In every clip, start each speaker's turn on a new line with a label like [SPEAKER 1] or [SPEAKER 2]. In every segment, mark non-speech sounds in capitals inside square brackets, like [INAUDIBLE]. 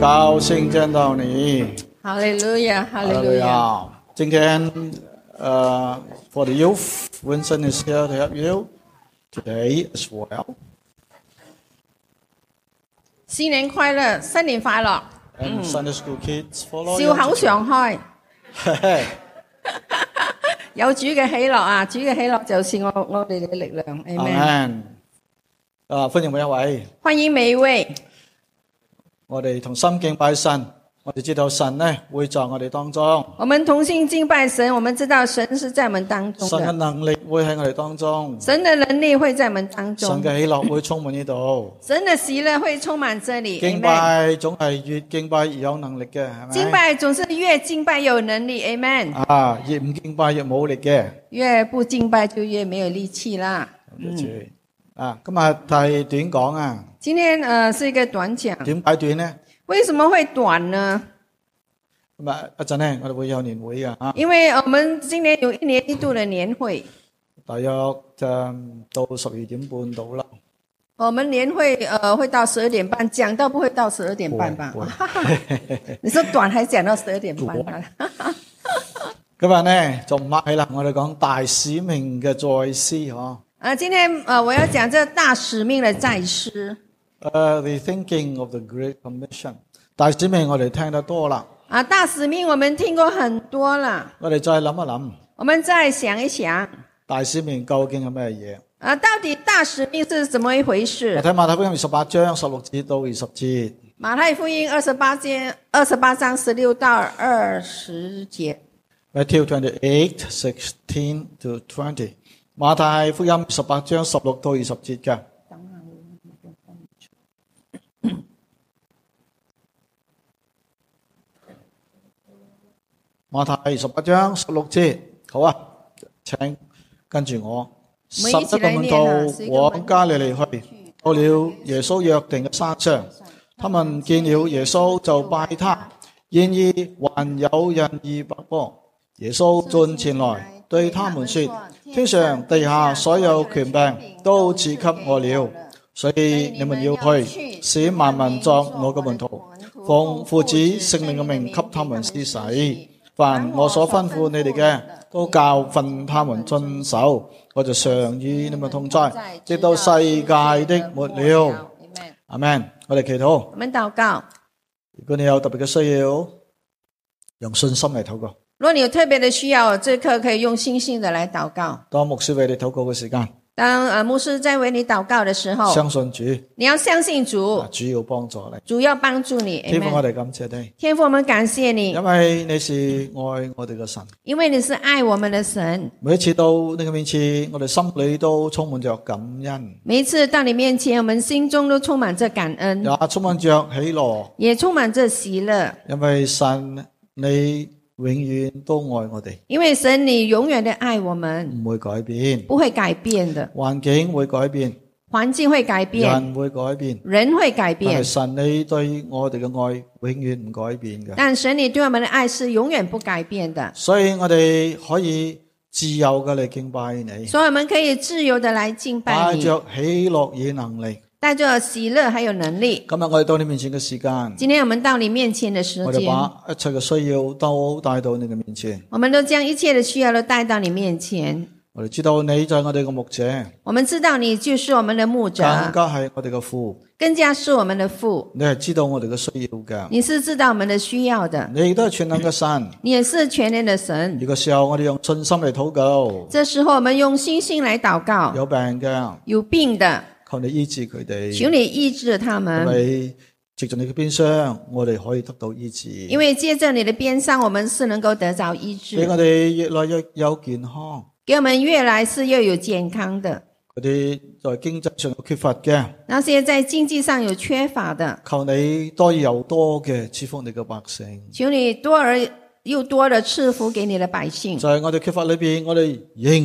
[SPEAKER 1] 高兴见到你。
[SPEAKER 2] 哈利路亚，哈利路亚。
[SPEAKER 1] Hallelujah. 今天呃、f o r the youth, Vincent is here to help you today as well.
[SPEAKER 2] 新年快樂，新年快樂，
[SPEAKER 1] And Sunday school kids follow.
[SPEAKER 2] 笑口
[SPEAKER 1] [LAUGHS]
[SPEAKER 2] 常開，
[SPEAKER 1] you.
[SPEAKER 2] 有主嘅喜樂啊！主嘅喜樂就是我我哋嘅力量，amen。
[SPEAKER 1] Amen. Ờ, 啊，歡迎每一位。
[SPEAKER 2] 歡迎每一位，
[SPEAKER 1] 我哋同心敬拜神，我哋知道神呢會在我哋當中，
[SPEAKER 2] 我們同心敬拜神。我們知道神是在我們當中
[SPEAKER 1] 神嘅
[SPEAKER 2] 的，
[SPEAKER 1] 能力會喺我哋當中，
[SPEAKER 2] 神的能力會在我們當
[SPEAKER 1] 神
[SPEAKER 2] 中，
[SPEAKER 1] 嘅喜樂會充滿呢度。
[SPEAKER 2] 神的喜樂會充滿這裡
[SPEAKER 1] 敬
[SPEAKER 2] ，amen。
[SPEAKER 1] 拜總係越敬拜越有能力嘅，係咪？
[SPEAKER 2] 敬拜總是越敬拜有能力，amen。
[SPEAKER 1] 啊，越唔敬拜越冇力嘅。
[SPEAKER 2] 越不敬拜就越沒有力氣啦。
[SPEAKER 1] 感謝主啊，今日係短講啊，
[SPEAKER 2] 今天呃是一個短講，
[SPEAKER 1] 點解短呢？
[SPEAKER 2] 為什麼會短呢？
[SPEAKER 1] 咁啊，一陣呢，我哋會有年會嘅啊，
[SPEAKER 2] [LAUGHS] 因為我們今年有一年一度的年會，
[SPEAKER 1] 大約就到十二點半到啦。
[SPEAKER 2] 我们年会呃会到十二点半，讲到不会到十二点半吧
[SPEAKER 1] 不？會
[SPEAKER 2] 你说短还讲到十二点半啊吧？
[SPEAKER 1] 今日呢，就唔客氣啦，我哋講大使命嘅再思嗬。
[SPEAKER 2] [LAUGHS] 啊，今天呃我要讲这大使命的在师
[SPEAKER 1] Uh, the thinking of the Great Commission，大使命我哋聽得多啦，
[SPEAKER 2] 啊，大使命我们聽過很多了，
[SPEAKER 1] 我哋再諗一諗，
[SPEAKER 2] 我們再想一想
[SPEAKER 1] 大使命究竟係咩
[SPEAKER 2] 啊，到底大使命是怎麼一回
[SPEAKER 1] 嘢？我
[SPEAKER 2] 事？
[SPEAKER 1] 睇馬太福音二十八章十六節到二十節，
[SPEAKER 2] 馬太福音二十八章二十八章十六到二十節，
[SPEAKER 1] Matthew twenty eight sixteen to twenty，馬太福音十八章十六到二十節嘅。馬太十八章十六節，好啊，請跟住我。十
[SPEAKER 2] 每
[SPEAKER 1] 一
[SPEAKER 2] 一次
[SPEAKER 1] 個
[SPEAKER 2] 嚟
[SPEAKER 1] 門
[SPEAKER 2] 念啊十一
[SPEAKER 1] 徒
[SPEAKER 2] 個門
[SPEAKER 1] 往加利利去，到了耶穌約定嘅山上，他們見了耶穌就拜他。然而還有人二百個，耶穌進前來對他們說：天上地下所有權柄都賜給我了，所以你們要去，使萬民作我嘅門徒。奉父子聖靈嘅名給他們施洗。凡我所吩咐你哋嘅，都教訓他們遵守。我就常與你們同在，直到世界的末了。。阿 Man，我哋祈禱。
[SPEAKER 2] 我們禱告，
[SPEAKER 1] 如果你有特別嘅需要，用信心嚟禱告。
[SPEAKER 2] 如果你有特別的需要，這刻可以用星星的來禱告。
[SPEAKER 1] 當牧師為你禱告嘅時間，
[SPEAKER 2] 當呃牧師在為你禱告的時候，
[SPEAKER 1] 相信主，
[SPEAKER 2] 你要相信
[SPEAKER 1] 啊
[SPEAKER 2] 主，
[SPEAKER 1] 主要幫助你。
[SPEAKER 2] 主要幫助你。
[SPEAKER 1] 天父，我
[SPEAKER 2] Ờ. Amen
[SPEAKER 1] 哋感謝你，
[SPEAKER 2] 天父，我們感謝你
[SPEAKER 1] 因，為你是愛我哋嘅神。
[SPEAKER 2] 因為你是愛我們的神。
[SPEAKER 1] 每一次到你嘅面前，我哋心裏都充滿着感恩，
[SPEAKER 2] 每一次到你面前，我們心中都充滿着感恩，
[SPEAKER 1] 也充滿着喜樂，
[SPEAKER 2] 也充滿着喜樂，
[SPEAKER 1] 因為神你永遠都愛我哋，
[SPEAKER 2] 因為神你永遠的愛我們，
[SPEAKER 1] 唔會改變。
[SPEAKER 2] 不會改變的。
[SPEAKER 1] 環境會改變，
[SPEAKER 2] 環境會改變，
[SPEAKER 1] 人會改變，
[SPEAKER 2] 人會改
[SPEAKER 1] 但係
[SPEAKER 2] 變，
[SPEAKER 1] 神你對我哋嘅愛永遠唔改變嘅。
[SPEAKER 2] 但神你對我們的愛是永遠不改變的。
[SPEAKER 1] 所以我哋可以自由嘅嚟敬拜你，
[SPEAKER 2] 所以我們可以自由的來敬拜
[SPEAKER 1] 帶
[SPEAKER 2] 你。
[SPEAKER 1] 着喜樂與能力。
[SPEAKER 2] 带着喜樂還有能力。
[SPEAKER 1] 今日我哋到你面前嘅時間，
[SPEAKER 2] 今天我們到你面前的時
[SPEAKER 1] 我哋
[SPEAKER 2] 間，
[SPEAKER 1] 把一切嘅需要都帶到你嘅面前。
[SPEAKER 2] 我們都將一切的需要都帶到你面前。
[SPEAKER 1] 我哋知道你就係我哋嘅牧者，
[SPEAKER 2] 我們知道你就是我們的牧
[SPEAKER 1] 更加
[SPEAKER 2] 者，
[SPEAKER 1] 係我哋嘅父。
[SPEAKER 2] 更加是我們的父。
[SPEAKER 1] 你係知道我哋嘅需要嘅，
[SPEAKER 2] 你是知道我們的需要的，
[SPEAKER 1] 你亦都係全能嘅神。
[SPEAKER 2] 你也是全能的神。
[SPEAKER 1] 呢個時候我哋用信心嚟禱告，
[SPEAKER 2] 這時候，我們用星星來禱告，
[SPEAKER 1] 有病嘅
[SPEAKER 2] 有病的，
[SPEAKER 1] 求你醫治佢
[SPEAKER 2] 求
[SPEAKER 1] 哋，
[SPEAKER 2] 你醫治他
[SPEAKER 1] 因
[SPEAKER 2] 們，
[SPEAKER 1] 為藉住你嘅鞭傷，我哋可以得到醫治，
[SPEAKER 2] 因為接着你的鞭傷，我們是能夠得着醫
[SPEAKER 1] 俾
[SPEAKER 2] 治，
[SPEAKER 1] 我哋越來越有健康。
[SPEAKER 2] 給我們越來是越有健康的。
[SPEAKER 1] 嗰啲在經濟上有缺乏嘅，
[SPEAKER 2] 那些在經濟上有缺乏的，
[SPEAKER 1] 求你多而又多嘅賜福你嘅百姓。
[SPEAKER 2] 求你多而又多的赐福给你的百姓，
[SPEAKER 1] 就係我哋缺乏裏邊，我哋仍然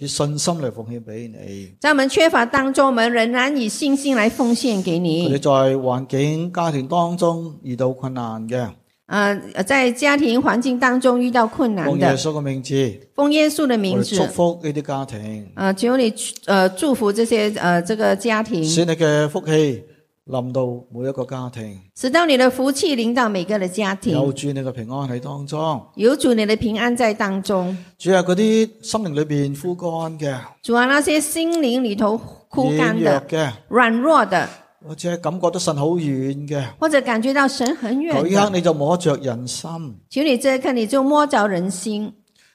[SPEAKER 1] 以信心嚟奉獻俾你。
[SPEAKER 2] 在我们缺乏当中，我们仍然以信心来奉献给
[SPEAKER 1] 佢哋
[SPEAKER 2] 你。
[SPEAKER 1] 在環境、家庭當中遇到困難嘅，
[SPEAKER 2] 呃，在家庭环境当中遇到困
[SPEAKER 1] 奉
[SPEAKER 2] 难
[SPEAKER 1] 耶
[SPEAKER 2] 的，
[SPEAKER 1] 穌嘅名字，
[SPEAKER 2] 奉耶稣的
[SPEAKER 1] 我
[SPEAKER 2] 名
[SPEAKER 1] 哋祝
[SPEAKER 2] 字，
[SPEAKER 1] 福呢啲家庭，
[SPEAKER 2] 呃，求你呃祝福这些呃这个家庭，
[SPEAKER 1] 使你嘅福氣臨到每一個家庭，
[SPEAKER 2] 使到你的福气临到每个的家
[SPEAKER 1] 有
[SPEAKER 2] 庭，
[SPEAKER 1] 主你嘅平安喺當中。
[SPEAKER 2] 有主你的平安在当中。
[SPEAKER 1] 主啊，嗰啲心靈裏边枯乾嘅、
[SPEAKER 2] 主啊，那些心灵里头枯
[SPEAKER 1] 軟
[SPEAKER 2] 干
[SPEAKER 1] 弱
[SPEAKER 2] 的、
[SPEAKER 1] 嘅，
[SPEAKER 2] 软弱的，
[SPEAKER 1] 或者感覺到神好遠嘅，
[SPEAKER 2] 或者感觉到神很远
[SPEAKER 1] 嗰一刻
[SPEAKER 2] 的，
[SPEAKER 1] 你就摸着人心，
[SPEAKER 2] 求你这一刻你就摸着人心，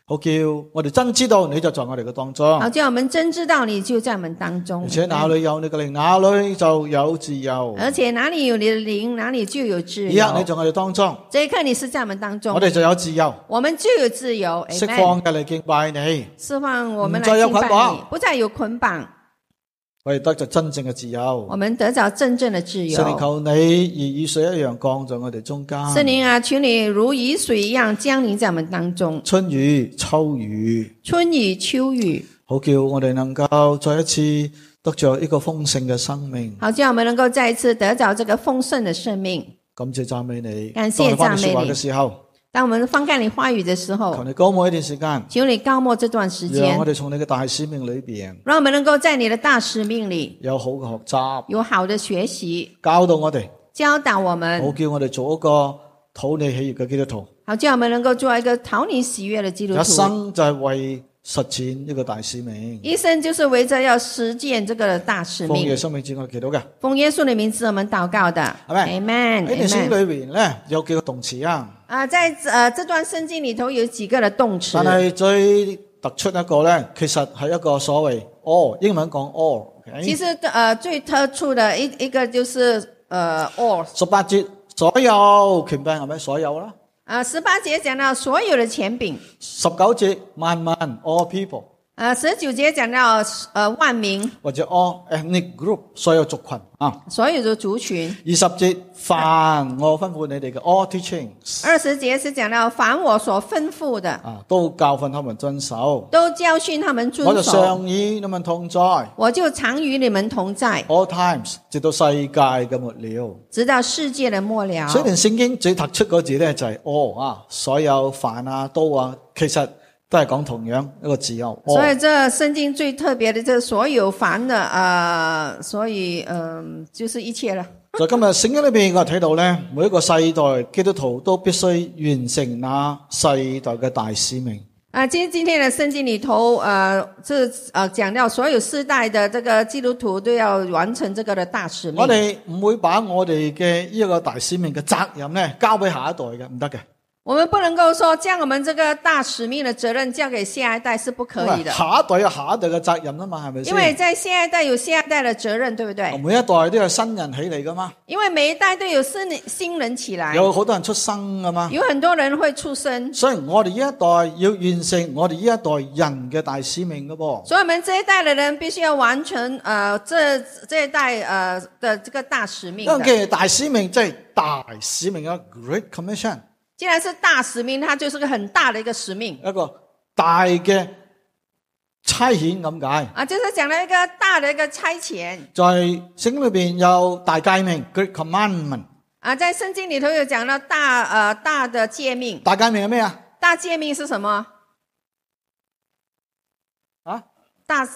[SPEAKER 1] 好叫我哋真知道你就在我哋嘅當中，
[SPEAKER 2] 好叫我们真知道你就在我们当中
[SPEAKER 1] 而。且哪裏啊有你嘅靈，哪裏就有自由。
[SPEAKER 2] 而且哪里有你的灵，哪里就有自
[SPEAKER 1] 呢一刻你
[SPEAKER 2] 由。
[SPEAKER 1] 在我哋當中，
[SPEAKER 2] 这一刻你是在我们当中
[SPEAKER 1] 我，哋就有自由，
[SPEAKER 2] 我们就有自由。
[SPEAKER 1] 釋
[SPEAKER 2] Amen
[SPEAKER 1] 放嘅嚟敬拜你，
[SPEAKER 2] 释放我们
[SPEAKER 1] 唔再
[SPEAKER 2] 来
[SPEAKER 1] 有
[SPEAKER 2] 敬拜
[SPEAKER 1] 捆綁
[SPEAKER 2] 你，不再有捆绑，
[SPEAKER 1] 我哋得着真正嘅自由
[SPEAKER 2] 我。们得着真正的自
[SPEAKER 1] 聖靈
[SPEAKER 2] 由。
[SPEAKER 1] 求你而雨水一樣降在我哋中間，
[SPEAKER 2] 圣灵啊，求你如雨水一样降临在我们当中，
[SPEAKER 1] 春雨、秋雨。
[SPEAKER 2] 春雨秋雨，
[SPEAKER 1] 好叫我哋能夠再一次得着一個豐盛嘅生命。
[SPEAKER 2] 好叫我们能够再一次得着这个丰盛的生命。
[SPEAKER 1] 感謝讚美你。
[SPEAKER 2] 感謝
[SPEAKER 1] 當你翻嚟
[SPEAKER 2] 讚美
[SPEAKER 1] 说話
[SPEAKER 2] 你
[SPEAKER 1] 嘅時候，
[SPEAKER 2] 当我们翻开你话语的时
[SPEAKER 1] 求
[SPEAKER 2] 候，
[SPEAKER 1] 你高每一段時間，
[SPEAKER 2] 求你高莫这段时
[SPEAKER 1] 讓
[SPEAKER 2] 间
[SPEAKER 1] 我，哋從你嘅大使命裏边
[SPEAKER 2] 让我们能够在你的大使命里
[SPEAKER 1] 有好嘅學習，
[SPEAKER 2] 有好的学习，
[SPEAKER 1] 教導我哋，
[SPEAKER 2] 教导我
[SPEAKER 1] 好
[SPEAKER 2] 们，
[SPEAKER 1] 叫我哋做一個討你喜悅嘅基督徒，
[SPEAKER 2] 好叫我们能够做一个讨你喜悦的基督
[SPEAKER 1] 一
[SPEAKER 2] 徒。
[SPEAKER 1] 生就係為實踐呢個大使命。
[SPEAKER 2] 一生就是围着要实践这个大使
[SPEAKER 1] 奉耶
[SPEAKER 2] 命。
[SPEAKER 1] 生命之我祈禱嘅
[SPEAKER 2] 奉耶稣的名字，我们祷告的。
[SPEAKER 1] Amen 喺段聖
[SPEAKER 2] Amen，Amen。
[SPEAKER 1] 經裏边咧，有幾個動詞啊，
[SPEAKER 2] 啊，在呃这段圣经里头有几个的动词
[SPEAKER 1] 但，係最突出一個咧，其實係一個所謂 all，英文講 all，OK？
[SPEAKER 2] 其实呃最突出的一一个就是呃 all
[SPEAKER 1] 十八節所有權柄係咪所有啦？
[SPEAKER 2] 啊，十八节讲到所有的权柄，
[SPEAKER 1] 十九節萬民 all people
[SPEAKER 2] 呃十九节讲到呃万民，
[SPEAKER 1] 或者 all ethnic group 所有族群啊。
[SPEAKER 2] 所有的族群。
[SPEAKER 1] 二十節凡我吩咐你哋嘅 all teachings
[SPEAKER 2] 二十节是讲到凡我所吩咐的，
[SPEAKER 1] 啊，都教訓他們遵守。
[SPEAKER 2] 都教训他们
[SPEAKER 1] 我
[SPEAKER 2] 遵
[SPEAKER 1] 就
[SPEAKER 2] 守，
[SPEAKER 1] 常與你們同在，all
[SPEAKER 2] 我就常与你们同在，
[SPEAKER 1] times 直到世界嘅末了。
[SPEAKER 2] 直到世界的末了。
[SPEAKER 1] 所以段聖經最突出嗰字咧就係 all 啊，所有凡啊都啊，其實都係講同樣一個字由
[SPEAKER 2] 所
[SPEAKER 1] all。
[SPEAKER 2] 以这圣经最特别的，这所有凡的呃，所以嗯、就是一切了。
[SPEAKER 1] 在今日聖經裏边，我睇到咧，每一個世代基督徒都必須完成那世代嘅大使命。
[SPEAKER 2] 啊，今今天的圣经里头，呃，这呃讲到所有世代的这个基督徒都要完成这个的大使
[SPEAKER 1] 我
[SPEAKER 2] 命。
[SPEAKER 1] 哋唔會把我哋嘅呢一個大使命嘅責任咧交俾下一代嘅，唔得嘅。
[SPEAKER 2] 我们不能够说将我们这个大使命的责任交给下一代是不可以
[SPEAKER 1] 因為
[SPEAKER 2] 的，
[SPEAKER 1] 下一代有下一代嘅責任啊嘛，係咪
[SPEAKER 2] 因为
[SPEAKER 1] 先？
[SPEAKER 2] 在下一代有下一代的责任，对不对？
[SPEAKER 1] 每一代都有新人起嚟噶嘛，
[SPEAKER 2] 因为每一代都有新新人起来，
[SPEAKER 1] 有好多人出生噶嘛。
[SPEAKER 2] 有很多人会出生，
[SPEAKER 1] 所以我哋呢一代要完成我哋呢一代人嘅大使命噶噃。
[SPEAKER 2] 所以我们这一代的人必须要完成呃这这一代呃的这个大使命
[SPEAKER 1] 因為
[SPEAKER 2] 的
[SPEAKER 1] 既。然大使命即係大使命啊，Great Commission。
[SPEAKER 2] 既然是大使命，它就是个很大的一个使命
[SPEAKER 1] 一個大嘅差遣咁解。
[SPEAKER 2] 啊，就是讲了一个大的一个差遣
[SPEAKER 1] 在聖經裏边有大誡命 （Great Commandment）。
[SPEAKER 2] 啊，在圣经里头有讲到大呃大的诫命，
[SPEAKER 1] 大誡命係咩啊？
[SPEAKER 2] 大诫命是什么？
[SPEAKER 1] 啊
[SPEAKER 2] 大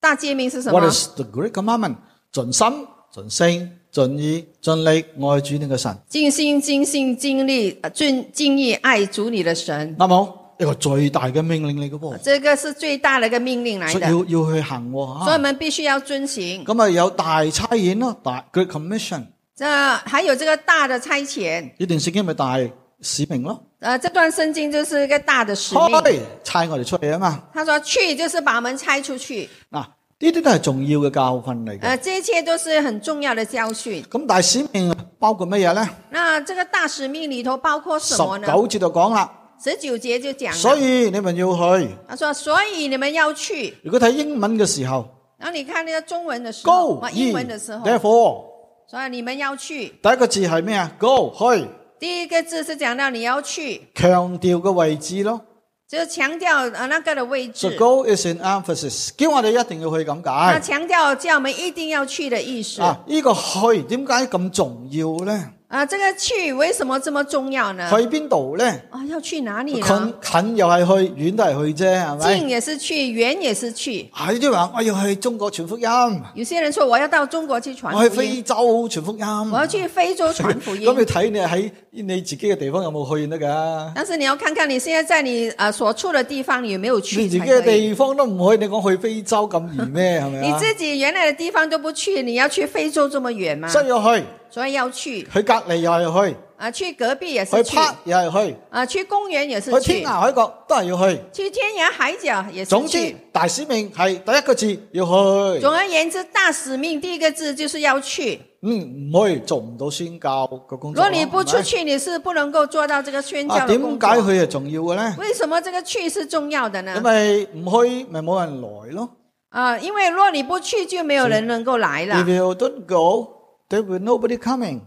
[SPEAKER 2] 大诫命是什么
[SPEAKER 1] ，What？is the Great Commandment？盡心、盡性、盡意、盡力愛主你嘅神，
[SPEAKER 2] 尽心、尽性、尽力、呃尽尽意爱主你的神，
[SPEAKER 1] 啱冇？一個最大嘅命令嚟嘅噃，
[SPEAKER 2] 这个是最大的一个命令来
[SPEAKER 1] 所以
[SPEAKER 2] 的，
[SPEAKER 1] 要要去行喎
[SPEAKER 2] 所以我
[SPEAKER 1] 吓。
[SPEAKER 2] 们必须要遵行。
[SPEAKER 1] 咁啊有大差遣咯，大 Great Commission
[SPEAKER 2] 这还有这个大的差遣，
[SPEAKER 1] 呢段聖經咪大使命咯，
[SPEAKER 2] 呃，这段圣经就是一个大的使命。
[SPEAKER 1] 開差我哋出去啊嘛。
[SPEAKER 2] 他说去就是把我们差出去，
[SPEAKER 1] 嗱，呢啲都係重要嘅教訓嚟嘅。
[SPEAKER 2] 呃，这一切都是很重要的教训。
[SPEAKER 1] 咁大使命啊包括乜嘢咧？
[SPEAKER 2] 那这个大使命里头包括
[SPEAKER 1] 十
[SPEAKER 2] 什么呢？
[SPEAKER 1] 九節就講啦，
[SPEAKER 2] 十九节就讲
[SPEAKER 1] 所
[SPEAKER 2] 了，
[SPEAKER 1] 以你們要去。
[SPEAKER 2] 他说，所以你们要去。
[SPEAKER 1] 如果睇英文嘅時候
[SPEAKER 2] 然后你看那个中文的时候，
[SPEAKER 1] ，go
[SPEAKER 2] 哇，
[SPEAKER 1] ye
[SPEAKER 2] 英文的时候，
[SPEAKER 1] therefore
[SPEAKER 2] 所以你们要去。
[SPEAKER 1] 第一個字係咩啊？go 去
[SPEAKER 2] 第一个字是讲到你要去，
[SPEAKER 1] 強調嘅位置咯。
[SPEAKER 2] 就是强调呃那个的位
[SPEAKER 1] So
[SPEAKER 2] 置。
[SPEAKER 1] go is an emphasis，叫我哋一定要去咁解。
[SPEAKER 2] 那
[SPEAKER 1] 啊
[SPEAKER 2] 强调叫我们一定要去的意思。
[SPEAKER 1] 啊，呢、個去點解咁重要咧？
[SPEAKER 2] 啊，这个去为什么这么重要呢？
[SPEAKER 1] 去邊度呢？
[SPEAKER 2] 啊，要去哪
[SPEAKER 1] 近
[SPEAKER 2] 里呢？
[SPEAKER 1] 近又係去，遠都係去啫，係咪？
[SPEAKER 2] 近也是去，远也是去。
[SPEAKER 1] 係啲人話我要去中國傳福音，
[SPEAKER 2] 有些人说我要到中国去传
[SPEAKER 1] 我去
[SPEAKER 2] 福音，
[SPEAKER 1] 非洲傳福音。
[SPEAKER 2] 我要去非洲传
[SPEAKER 1] [LAUGHS]
[SPEAKER 2] 福
[SPEAKER 1] 咁你
[SPEAKER 2] 音。
[SPEAKER 1] 睇你喺你自己嘅地方有冇去得㗎？
[SPEAKER 2] 但是你要看看你现在在你啊所处的地方你有没有
[SPEAKER 1] 你
[SPEAKER 2] 去
[SPEAKER 1] 自己
[SPEAKER 2] 才
[SPEAKER 1] 嘅
[SPEAKER 2] 可以。
[SPEAKER 1] 地方都唔去，你講去非洲咁易咩？係咪
[SPEAKER 2] 你
[SPEAKER 1] 啊？
[SPEAKER 2] 自己原来的地方都不去，你要去非洲这么远吗？
[SPEAKER 1] 需要去，
[SPEAKER 2] 所以要去
[SPEAKER 1] 去隔離又係去，
[SPEAKER 2] 啊，去隔壁也是
[SPEAKER 1] 去
[SPEAKER 2] 去
[SPEAKER 1] park 又係
[SPEAKER 2] 啊，去公园也是
[SPEAKER 1] 去，去天
[SPEAKER 2] 去，
[SPEAKER 1] 涯海角都係要去。
[SPEAKER 2] 去天涯海角也是
[SPEAKER 1] 總之
[SPEAKER 2] 去。，
[SPEAKER 1] 大使命係第一個字要去。
[SPEAKER 2] 总而言之，大使命第一个字就是要去。
[SPEAKER 1] 嗯，唔去做唔到宣教嘅工
[SPEAKER 2] 如
[SPEAKER 1] 作。
[SPEAKER 2] 果你不
[SPEAKER 1] 係
[SPEAKER 2] 出
[SPEAKER 1] 咪
[SPEAKER 2] 去，你是不能够做到这个宣
[SPEAKER 1] 啊，
[SPEAKER 2] 教的
[SPEAKER 1] 點
[SPEAKER 2] 工
[SPEAKER 1] 解
[SPEAKER 2] 作。
[SPEAKER 1] 佢係重要嘅咧？
[SPEAKER 2] 为什么这个去是重要的
[SPEAKER 1] 因
[SPEAKER 2] 呢？
[SPEAKER 1] 為唔去咪冇人來咯。
[SPEAKER 2] 啊、因为若你不去，就没有人能够来
[SPEAKER 1] If
[SPEAKER 2] 了。
[SPEAKER 1] you don't go, there will nobody coming。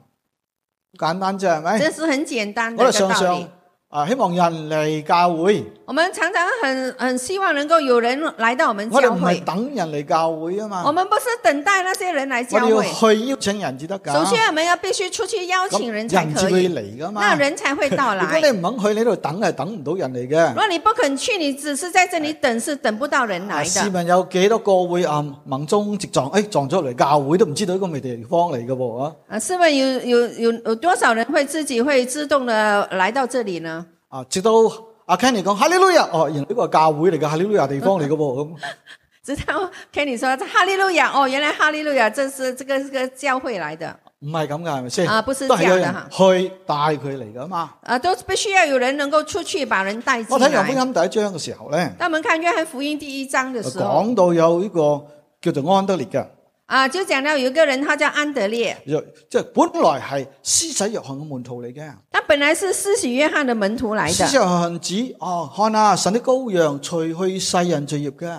[SPEAKER 1] 簡單啫，係咪？
[SPEAKER 2] 这是很简单
[SPEAKER 1] 哎我
[SPEAKER 2] 的
[SPEAKER 1] 哋
[SPEAKER 2] 一个
[SPEAKER 1] 常
[SPEAKER 2] 道
[SPEAKER 1] 常
[SPEAKER 2] 理。
[SPEAKER 1] 啊，希望人嚟教會，
[SPEAKER 2] 我们常常很很希望能够有人来到我们
[SPEAKER 1] 我哋
[SPEAKER 2] 教
[SPEAKER 1] 唔係
[SPEAKER 2] 会，
[SPEAKER 1] 等人嚟教會啊嘛，
[SPEAKER 2] 我们不是等待那些人来
[SPEAKER 1] 我
[SPEAKER 2] 教
[SPEAKER 1] 哋
[SPEAKER 2] 会。
[SPEAKER 1] 要去邀請人至得
[SPEAKER 2] 首
[SPEAKER 1] 㗎。
[SPEAKER 2] 先，我们要必须出去邀
[SPEAKER 1] 咁
[SPEAKER 2] 请人才
[SPEAKER 1] 人至
[SPEAKER 2] 可
[SPEAKER 1] 會
[SPEAKER 2] 以，
[SPEAKER 1] 嚟㗎嘛。
[SPEAKER 2] 那
[SPEAKER 1] 如
[SPEAKER 2] 人才会到
[SPEAKER 1] 果
[SPEAKER 2] 来。
[SPEAKER 1] 你唔肯去，你喺度等係等唔到人嚟嘅。
[SPEAKER 2] 若你不肯去，你只是在这里等，是等不到人来
[SPEAKER 1] 市
[SPEAKER 2] 的。
[SPEAKER 1] 民啊有幾多個會啊盲中直撞？誒、撞咗入嚟教會都唔知道呢個咩地方嚟嘅喎啊！
[SPEAKER 2] 啊，试问有有有有多少人会自己会自动的来到这里呢？
[SPEAKER 1] 啊，直到阿 Kenny 講哈利路亞，哦，原來呢個係教會嚟嘅哈利路亞地方嚟嘅喎
[SPEAKER 2] 直到 Kenny 说哈利路亚哦，原来哈利路亚这是这个这个教会来的
[SPEAKER 1] 咁，唔係咁㗎，係咪先？
[SPEAKER 2] 啊不是
[SPEAKER 1] 都係有
[SPEAKER 2] 這
[SPEAKER 1] 人
[SPEAKER 2] 樣的
[SPEAKER 1] 去帶佢嚟㗎嘛。
[SPEAKER 2] 啊，都必须要有人能够出去把人带进
[SPEAKER 1] 我睇《羊福音
[SPEAKER 2] 来。》
[SPEAKER 1] 第一章嘅時候咧，
[SPEAKER 2] 当我们看约翰福音第一章的时候
[SPEAKER 1] 講到有呢個叫做安德烈嘅，
[SPEAKER 2] 啊，就講到有一个人他叫安德烈，
[SPEAKER 1] 若即係本來係施洗約翰嘅門徒嚟嘅。
[SPEAKER 2] 他本来是施洗约翰的门徒来
[SPEAKER 1] 施
[SPEAKER 2] 的
[SPEAKER 1] 洗約翰指哦，看啊，神的羔羊，除去世人罪孽嘅。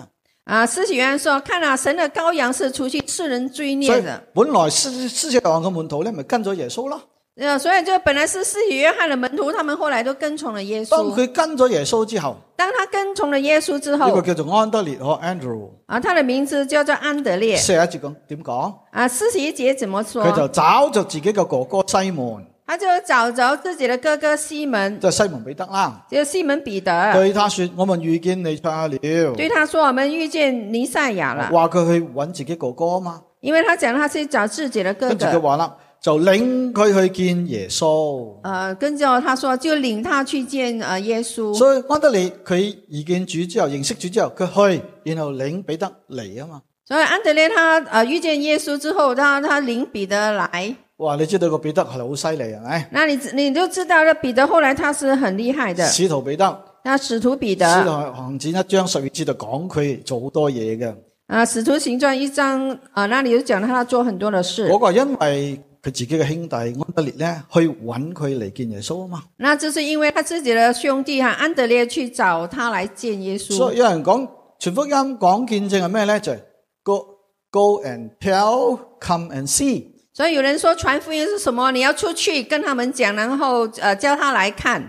[SPEAKER 2] 啊。施洗约翰说：“看啊，神的羔羊是除去世人罪
[SPEAKER 1] 所
[SPEAKER 2] 孽
[SPEAKER 1] 以
[SPEAKER 2] 的。”
[SPEAKER 1] 本來施施洗約翰嘅門徒咧，咪跟咗耶穌咯。
[SPEAKER 2] 呃，所以就本来是施洗约翰的门徒，他们后来都跟从了耶
[SPEAKER 1] 當
[SPEAKER 2] 稣。
[SPEAKER 1] 佢跟咗耶穌之後，
[SPEAKER 2] 当他跟从了耶稣之
[SPEAKER 1] 呢、個
[SPEAKER 2] 后，
[SPEAKER 1] 叫做安德烈哦 Andrew。
[SPEAKER 2] 啊，他的名字叫做安德烈。
[SPEAKER 1] 四十一節講點講？
[SPEAKER 2] 啊，四十一节怎么
[SPEAKER 1] 佢
[SPEAKER 2] 说？
[SPEAKER 1] 就找着自己嘅哥哥西門，
[SPEAKER 2] 他就找着自己的哥哥西门，
[SPEAKER 1] 即係西門彼得啦。
[SPEAKER 2] 就是西門彼得，
[SPEAKER 1] 對他說：我們遇見你差了，
[SPEAKER 2] 对他说：“我们遇见尼赛亚了，
[SPEAKER 1] 話佢去揾自己哥哥啊嘛。
[SPEAKER 2] 因为他讲他去找自己的哥
[SPEAKER 1] 跟住佢
[SPEAKER 2] 哥。
[SPEAKER 1] 話啦，就領佢去見耶穌”。
[SPEAKER 2] 呃，跟着他说，就领他去见呃耶稣。
[SPEAKER 1] 所以安德烈佢遇見主之後，認識主之後，佢去，然後領彼得嚟啊嘛。
[SPEAKER 2] 所以安德烈他呃遇见耶稣之后，他他领彼得来，
[SPEAKER 1] 哇！你知道個彼得係好犀利係咪？
[SPEAKER 2] 那你你就知道了，彼得后来他是很厉害的。
[SPEAKER 1] 使徒彼得。
[SPEAKER 2] 那使徒彼
[SPEAKER 1] 《使徒
[SPEAKER 2] 得
[SPEAKER 1] 行傳》一章十二節就講佢做好多嘢嘅，
[SPEAKER 2] 啊，《使徒行传》一章啊，那里有讲到他做很多的事。
[SPEAKER 1] 嗰個係因為佢自己嘅兄弟安德烈咧，去揾佢嚟見耶穌啊嘛。
[SPEAKER 2] 那这是因为他自己的兄弟哈、啊安德烈去找他来见耶
[SPEAKER 1] 所
[SPEAKER 2] 稣。
[SPEAKER 1] 以有人講傳福音講見證係咩咧？就係、go go and tell, come and see。
[SPEAKER 2] 所以有人说传福音是什么？你要出去跟他们讲，然后呃叫他来看，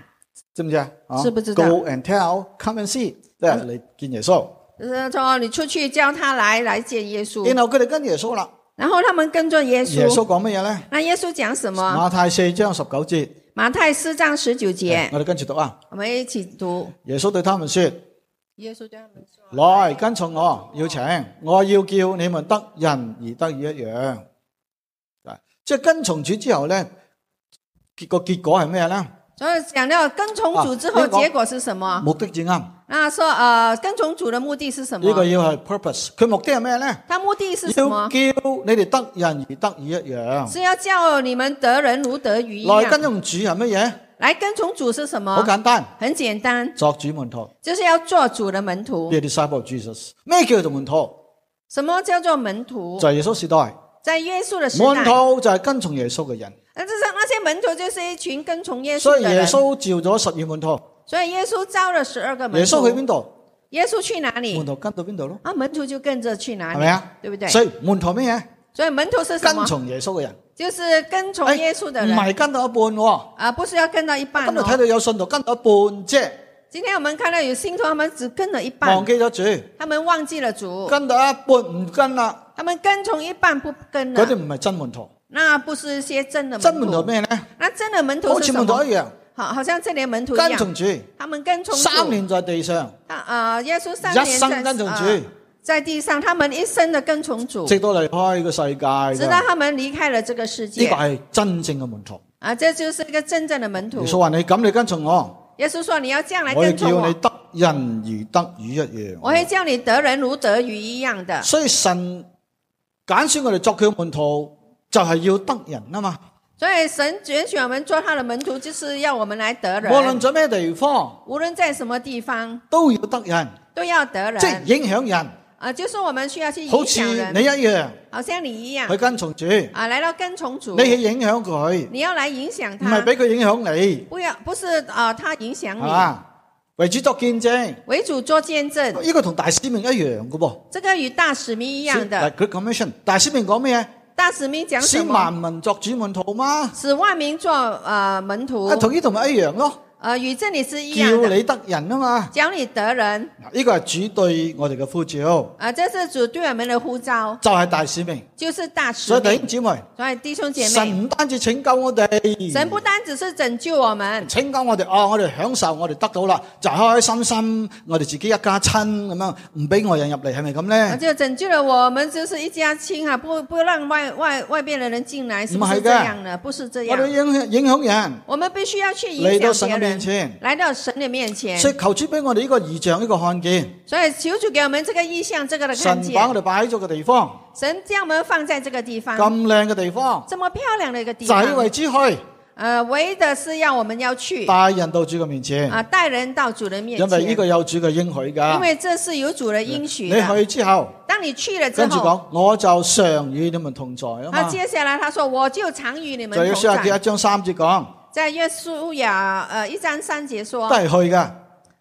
[SPEAKER 1] 知唔知啊？啊
[SPEAKER 2] 知不知
[SPEAKER 1] g
[SPEAKER 2] 道
[SPEAKER 1] o and tell, come and see，即係嚟見耶穌。
[SPEAKER 2] 就是说你出去叫他来来见耶稣
[SPEAKER 1] 然。後佢哋跟耶穌啦，
[SPEAKER 2] 然后他们跟着耶
[SPEAKER 1] 耶穌
[SPEAKER 2] 稣。
[SPEAKER 1] 講乜嘢咧？
[SPEAKER 2] 那耶稣讲什么？
[SPEAKER 1] 馬太四章十九節，
[SPEAKER 2] 马太四章十九节，
[SPEAKER 1] 我哋跟住讀啊。
[SPEAKER 2] 我们一起读。
[SPEAKER 1] 耶穌對他們說：
[SPEAKER 2] 耶稣对他们说
[SPEAKER 1] 來跟從我，要請我要叫你們得人而得以一樣。啊即係跟從主之後咧，結個結果係咩咧？：“
[SPEAKER 2] 所以讲到跟从主之后，
[SPEAKER 1] 啊那个
[SPEAKER 2] 结果是什么？”
[SPEAKER 1] 目的至啱，呢、
[SPEAKER 2] 那说呃，跟从主的目的是什
[SPEAKER 1] 個
[SPEAKER 2] 么？
[SPEAKER 1] 要係 purpose。佢目的係咩咧？
[SPEAKER 2] 他目的是
[SPEAKER 1] 要
[SPEAKER 2] 什
[SPEAKER 1] 叫
[SPEAKER 2] 么？
[SPEAKER 1] 你哋得人而得以一樣。
[SPEAKER 2] 是要叫你们得人如得鱼一
[SPEAKER 1] 來跟
[SPEAKER 2] 样。
[SPEAKER 1] 從主係乜嘢？
[SPEAKER 2] 来跟从主是什
[SPEAKER 1] 好
[SPEAKER 2] 么？
[SPEAKER 1] 簡單，
[SPEAKER 2] 很简单，
[SPEAKER 1] 作主門徒
[SPEAKER 2] 就是要做主的门徒。
[SPEAKER 1] ，be a disciple of Jesus。咩叫做門徒？
[SPEAKER 2] 什么叫做门徒
[SPEAKER 1] 就？係耶穌時代，
[SPEAKER 2] 在耶穌的时
[SPEAKER 1] 門
[SPEAKER 2] 代，
[SPEAKER 1] 徒就係跟從耶穌嘅人。
[SPEAKER 2] 那就是那些门徒就是一群跟从耶
[SPEAKER 1] 所
[SPEAKER 2] 稣
[SPEAKER 1] 以
[SPEAKER 2] 的
[SPEAKER 1] 耶
[SPEAKER 2] 人。
[SPEAKER 1] 穌召咗十二門徒，
[SPEAKER 2] 所以耶稣招了十二个
[SPEAKER 1] 耶
[SPEAKER 2] 门
[SPEAKER 1] 穌去
[SPEAKER 2] 徒。
[SPEAKER 1] 邊度？
[SPEAKER 2] 耶稣去哪里
[SPEAKER 1] 門？徒跟到邊度咯？
[SPEAKER 2] 啊，门徒就跟着去哪
[SPEAKER 1] 係咪
[SPEAKER 2] 里
[SPEAKER 1] 啊，
[SPEAKER 2] 对不对？
[SPEAKER 1] 所以門徒咩嘢？
[SPEAKER 2] 所以门徒是什
[SPEAKER 1] 跟哎
[SPEAKER 2] 么？
[SPEAKER 1] 從耶穌嘅人，
[SPEAKER 2] 就是跟从耶稣的
[SPEAKER 1] 唔
[SPEAKER 2] 人
[SPEAKER 1] 係跟到一半喎。
[SPEAKER 2] 啊，不是要跟到一
[SPEAKER 1] 今
[SPEAKER 2] 半
[SPEAKER 1] 日睇
[SPEAKER 2] 哦。
[SPEAKER 1] 到有信徒跟到一半啫，
[SPEAKER 2] 今天我们看到有信徒，他们只跟了一半
[SPEAKER 1] 忘。記咗主，
[SPEAKER 2] 他们忘记了主，
[SPEAKER 1] 跟到一半唔跟啦，
[SPEAKER 2] 他们跟从一半不跟
[SPEAKER 1] 嗰啲
[SPEAKER 2] 了，
[SPEAKER 1] 唔係真門徒，
[SPEAKER 2] 那不是些真的
[SPEAKER 1] 真
[SPEAKER 2] 门
[SPEAKER 1] 門徒
[SPEAKER 2] 徒。
[SPEAKER 1] 咩呢？
[SPEAKER 2] 那真的门徒
[SPEAKER 1] 好
[SPEAKER 2] 是
[SPEAKER 1] 似
[SPEAKER 2] 什
[SPEAKER 1] 門徒哎
[SPEAKER 2] 么？
[SPEAKER 1] 一樣，
[SPEAKER 2] 好，好像这里的门徒一
[SPEAKER 1] 跟
[SPEAKER 2] 样，
[SPEAKER 1] 從主
[SPEAKER 2] 他们跟从主
[SPEAKER 1] 三年在地上，
[SPEAKER 2] 啊、啊耶稣三
[SPEAKER 1] 一
[SPEAKER 2] 年
[SPEAKER 1] 生跟從
[SPEAKER 2] 在、啊
[SPEAKER 1] 主，
[SPEAKER 2] 在地上，他们一生的跟从主，
[SPEAKER 1] 直到離開呢個世界
[SPEAKER 2] 直到
[SPEAKER 1] 㗎。
[SPEAKER 2] 他們離開了這個世
[SPEAKER 1] 呢
[SPEAKER 2] 界
[SPEAKER 1] 個係真正嘅門徒。
[SPEAKER 2] 啊，這就是一個真正的門
[SPEAKER 1] 耶
[SPEAKER 2] 徒。
[SPEAKER 1] 穌話：你咁，你跟從我，
[SPEAKER 2] 耶穌說：“你要這樣來
[SPEAKER 1] 我要
[SPEAKER 2] 跟從
[SPEAKER 1] 叫
[SPEAKER 2] 我，
[SPEAKER 1] 你得人如得魚一樣。
[SPEAKER 2] 我會叫你得人如得魚一樣的。
[SPEAKER 1] 所以神揀選我哋作佢嘅門徒，就係要得人啊嘛。”
[SPEAKER 2] 所以神揀選我們做他的門徒，就是要我們來得
[SPEAKER 1] 無論
[SPEAKER 2] 人，
[SPEAKER 1] 在咩地方
[SPEAKER 2] 無論在什麼地方
[SPEAKER 1] 都要得人，
[SPEAKER 2] 都要得
[SPEAKER 1] 即係
[SPEAKER 2] 人
[SPEAKER 1] 影響人，
[SPEAKER 2] 啊，就是我們需要去影
[SPEAKER 1] 好似
[SPEAKER 2] 響
[SPEAKER 1] 你
[SPEAKER 2] 人，
[SPEAKER 1] 一樣
[SPEAKER 2] 好像你一樣
[SPEAKER 1] 去跟從主，你
[SPEAKER 2] 啊，來到跟從主，
[SPEAKER 1] 去影響佢，
[SPEAKER 2] 你要來影響
[SPEAKER 1] 唔係
[SPEAKER 2] 他，
[SPEAKER 1] 俾佢影響你，
[SPEAKER 2] 不要不是啊，他影響
[SPEAKER 1] 係
[SPEAKER 2] 你，
[SPEAKER 1] 嘛？為主作見證，
[SPEAKER 2] 為主做見證，
[SPEAKER 1] 呢個同大使命一樣嘅噃。
[SPEAKER 2] 這個與大使命一樣的。
[SPEAKER 1] 佢 commission 大使命講咩嘢？
[SPEAKER 2] 大使命講什
[SPEAKER 1] 使
[SPEAKER 2] 麼？
[SPEAKER 1] 萬民作主門徒嘛，
[SPEAKER 2] 使万民做呃门徒
[SPEAKER 1] 啊，，同呢度咪一樣咯，
[SPEAKER 2] 呃，与这里是一样
[SPEAKER 1] 叫
[SPEAKER 2] 的，
[SPEAKER 1] 你得人啊嘛。
[SPEAKER 2] 教你得人，
[SPEAKER 1] 嗱，呢個係主對我哋嘅呼召，
[SPEAKER 2] 啊、这是主对我们的呼召，
[SPEAKER 1] 就係大使命。
[SPEAKER 2] 就是大使
[SPEAKER 1] 所以弟
[SPEAKER 2] 命
[SPEAKER 1] 兄。姊妹，
[SPEAKER 2] 所以弟兄姐妹，
[SPEAKER 1] 神唔單止拯救我哋，
[SPEAKER 2] 神不单只是拯救我们，
[SPEAKER 1] 請教我哋啊！我哋享受，我哋得到啦，就開開心心，我哋自己一家親咁樣，唔俾外人入嚟，係咪咁
[SPEAKER 2] 啊，
[SPEAKER 1] 呢？
[SPEAKER 2] 就拯救了我们，就是一家亲啊，不不让外外外边的人进来，是不
[SPEAKER 1] 唔係
[SPEAKER 2] 是
[SPEAKER 1] 嘅
[SPEAKER 2] 这样的？不是这
[SPEAKER 1] 我哋
[SPEAKER 2] 样，
[SPEAKER 1] 影響影響人，
[SPEAKER 2] 我们必须要去
[SPEAKER 1] 嚟
[SPEAKER 2] 影
[SPEAKER 1] 到神
[SPEAKER 2] 响别
[SPEAKER 1] 嘅面
[SPEAKER 2] 人，
[SPEAKER 1] 前，
[SPEAKER 2] 来到神的面前
[SPEAKER 1] 所。以求主俾我哋呢個異象，呢個看見，
[SPEAKER 2] 所以求主给我们這個意向，這個的看
[SPEAKER 1] 神把我
[SPEAKER 2] 見，
[SPEAKER 1] 哋擺喺咗個地方，
[SPEAKER 2] 神將我们放在這個地方，
[SPEAKER 1] 咁靚嘅地方，
[SPEAKER 2] 這麼漂亮的一個啊地
[SPEAKER 1] 就係
[SPEAKER 2] 方
[SPEAKER 1] 呢。為之去
[SPEAKER 2] 呃，唯一的是要我们要去啊、
[SPEAKER 1] 帶人到主嘅面前，
[SPEAKER 2] 带人到啊主人面
[SPEAKER 1] 因為呢
[SPEAKER 2] 前，
[SPEAKER 1] 個有主嘅應許
[SPEAKER 2] 因
[SPEAKER 1] 㗎。
[SPEAKER 2] 为这是有主人应许
[SPEAKER 1] 你
[SPEAKER 2] 的。
[SPEAKER 1] 去之後，
[SPEAKER 2] 当你去了之
[SPEAKER 1] 跟住
[SPEAKER 2] 后，
[SPEAKER 1] 講，我就常與你們同在啊
[SPEAKER 2] 他
[SPEAKER 1] 嘛。
[SPEAKER 2] 接下来他说：“我就常与你们
[SPEAKER 1] 就要
[SPEAKER 2] 同
[SPEAKER 1] 書下記一
[SPEAKER 2] 在。
[SPEAKER 1] 章三節講，”
[SPEAKER 2] 在约书亚呃一章三节
[SPEAKER 1] 都
[SPEAKER 2] 说，
[SPEAKER 1] 係去㗎。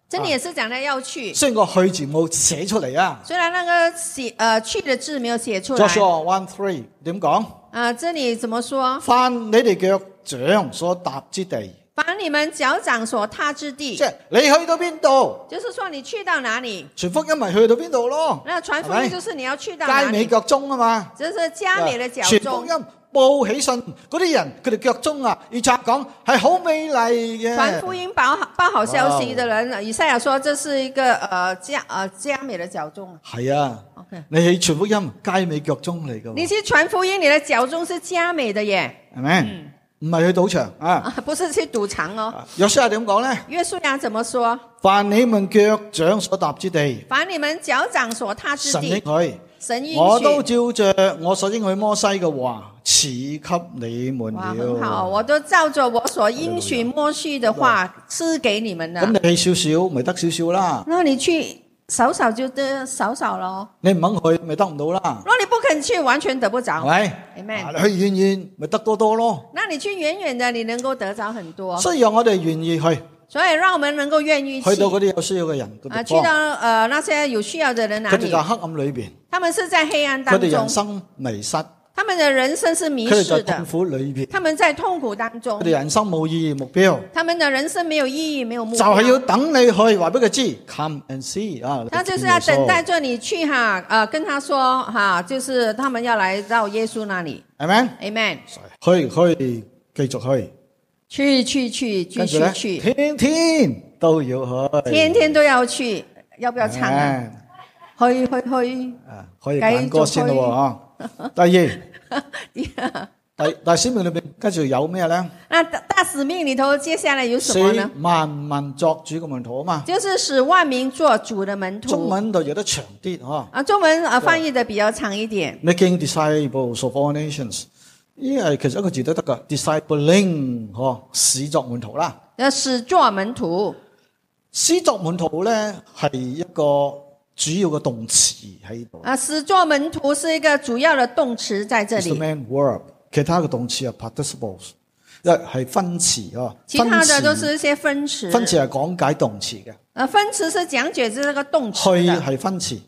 [SPEAKER 2] 这里也是讲的要去，
[SPEAKER 1] 雖然個去字冇寫出嚟啊。
[SPEAKER 2] 虽然那个写呃去的字没有写出来，
[SPEAKER 1] Joshua one three 点讲？
[SPEAKER 2] 啊、这里怎么说？
[SPEAKER 1] 翻你哋腳掌所踏之地，
[SPEAKER 2] 把你们脚掌所踏之地
[SPEAKER 1] 即，係你去到邊度，
[SPEAKER 2] 就是说你去到哪里，
[SPEAKER 1] 全福音咪去到邊度咯？
[SPEAKER 2] 那传福
[SPEAKER 1] 係咪
[SPEAKER 2] 音就是你啊要去到哪
[SPEAKER 1] 街尾
[SPEAKER 2] 里，
[SPEAKER 1] 腳中啊嘛，
[SPEAKER 2] 这是加美的脚
[SPEAKER 1] 全福
[SPEAKER 2] 中
[SPEAKER 1] 音。報喜信嗰啲人，佢哋腳中啊，以察講係好美麗
[SPEAKER 2] 传福
[SPEAKER 1] 嘅。
[SPEAKER 2] 音报好报好消息的人，以赛亚说这是一个呃加呃加美的脚中。
[SPEAKER 1] 係啊，
[SPEAKER 2] OK，
[SPEAKER 1] 你喺全福音街尾腳中嚟噶
[SPEAKER 2] 你
[SPEAKER 1] 喎，
[SPEAKER 2] 去传福音，你的脚中是加美的耶，
[SPEAKER 1] 係咪？唔係去賭場啊。
[SPEAKER 2] 啊，不是去赌场哦。
[SPEAKER 1] 約書亞點講咧？
[SPEAKER 2] 约书亚怎么说？
[SPEAKER 1] 凡你們腳掌所踏之地，
[SPEAKER 2] 凡你们脚掌所踏之
[SPEAKER 1] 神應
[SPEAKER 2] 地，
[SPEAKER 1] 許。
[SPEAKER 2] 神应
[SPEAKER 1] 我都
[SPEAKER 2] 许。
[SPEAKER 1] 照着我所應許摩西嘅話，賜給你們
[SPEAKER 2] 哇，很好，
[SPEAKER 1] 了。
[SPEAKER 2] 我都照着我所应许默许的话赐给你们
[SPEAKER 1] 咁
[SPEAKER 2] 的。
[SPEAKER 1] 你去少少，咪得少少啦。
[SPEAKER 2] 那你去少少就得少少咯，
[SPEAKER 1] 你唔肯去，咪得唔到啦，
[SPEAKER 2] 若你不肯去，完全得不
[SPEAKER 1] 係
[SPEAKER 2] 着。
[SPEAKER 1] 咪？
[SPEAKER 2] Amen
[SPEAKER 1] 啊你去遠遠，咪得多多咯。
[SPEAKER 2] 那你去远远的，你能够得着很多。
[SPEAKER 1] 所以讓我哋願意去，
[SPEAKER 2] 所以让我们能够愿意
[SPEAKER 1] 去到嗰啲有需要嘅人
[SPEAKER 2] 啊，
[SPEAKER 1] 嘅地
[SPEAKER 2] 去
[SPEAKER 1] 方，
[SPEAKER 2] 到呃那些有需要的人哪
[SPEAKER 1] 佢哋
[SPEAKER 2] 里
[SPEAKER 1] 就？黑暗裏邊，
[SPEAKER 2] 他们是在黑暗
[SPEAKER 1] 佢
[SPEAKER 2] 当
[SPEAKER 1] 哋人
[SPEAKER 2] 中，
[SPEAKER 1] 生迷失，佢
[SPEAKER 2] 他们的人生是迷
[SPEAKER 1] 哋
[SPEAKER 2] 失
[SPEAKER 1] 就痛
[SPEAKER 2] 的，
[SPEAKER 1] 苦裏邊，
[SPEAKER 2] 他们在痛苦当
[SPEAKER 1] 佢
[SPEAKER 2] 中
[SPEAKER 1] 哋，人生冇意義目標，
[SPEAKER 2] 他们的人生没有意义，没有目
[SPEAKER 1] 就
[SPEAKER 2] 标。
[SPEAKER 1] 係要等你去話俾佢知，come and see 啊！
[SPEAKER 2] 他
[SPEAKER 1] 你
[SPEAKER 2] 就是
[SPEAKER 1] 見
[SPEAKER 2] 要
[SPEAKER 1] 耶穌
[SPEAKER 2] 等待着你去哈，呃，跟他说哈，就是他们要来到耶稣那里
[SPEAKER 1] 係咪？
[SPEAKER 2] ，Amen。
[SPEAKER 1] 去去，繼續去。
[SPEAKER 2] 去去去，继
[SPEAKER 1] 跟住
[SPEAKER 2] 续
[SPEAKER 1] 咧，
[SPEAKER 2] 去，
[SPEAKER 1] 天天都要去，
[SPEAKER 2] 天天都要去，要
[SPEAKER 1] À,
[SPEAKER 2] 不要唱啊？
[SPEAKER 1] 哎
[SPEAKER 2] 去去去，
[SPEAKER 1] 啊可以揀歌先咯喎。嚇第二，第大使命裏邊跟住有咩咧？
[SPEAKER 2] [LAUGHS] 那大大使命里头，接下来有什
[SPEAKER 1] 使
[SPEAKER 2] 么呢？
[SPEAKER 1] 萬民作主嘅門徒啊嘛，
[SPEAKER 2] 就是使万民做主的门
[SPEAKER 1] 中
[SPEAKER 2] 徒。
[SPEAKER 1] 文就有得長啲嗬。
[SPEAKER 2] 啊，中文啊翻译的比较长一点。
[SPEAKER 1] Making disciples of all nations，呢係其實一個字都得㗎。discipling 嗬，使作門徒啦。
[SPEAKER 2] 呃，使做门徒，
[SPEAKER 1] 使作門徒咧係一個主要嘅動詞喺度
[SPEAKER 2] 啊，使做門徒是一個主要的動詞在這
[SPEAKER 1] It's the
[SPEAKER 2] 裡，
[SPEAKER 1] main verb，其他嘅動詞係 participles，一係分詞啊。
[SPEAKER 2] 其他的
[SPEAKER 1] 分詞
[SPEAKER 2] 都是一些分詞。
[SPEAKER 1] 分詞係講解動詞嘅，
[SPEAKER 2] 呃，分詞是講解這個動詞
[SPEAKER 1] 去
[SPEAKER 2] 的，
[SPEAKER 1] 係分詞，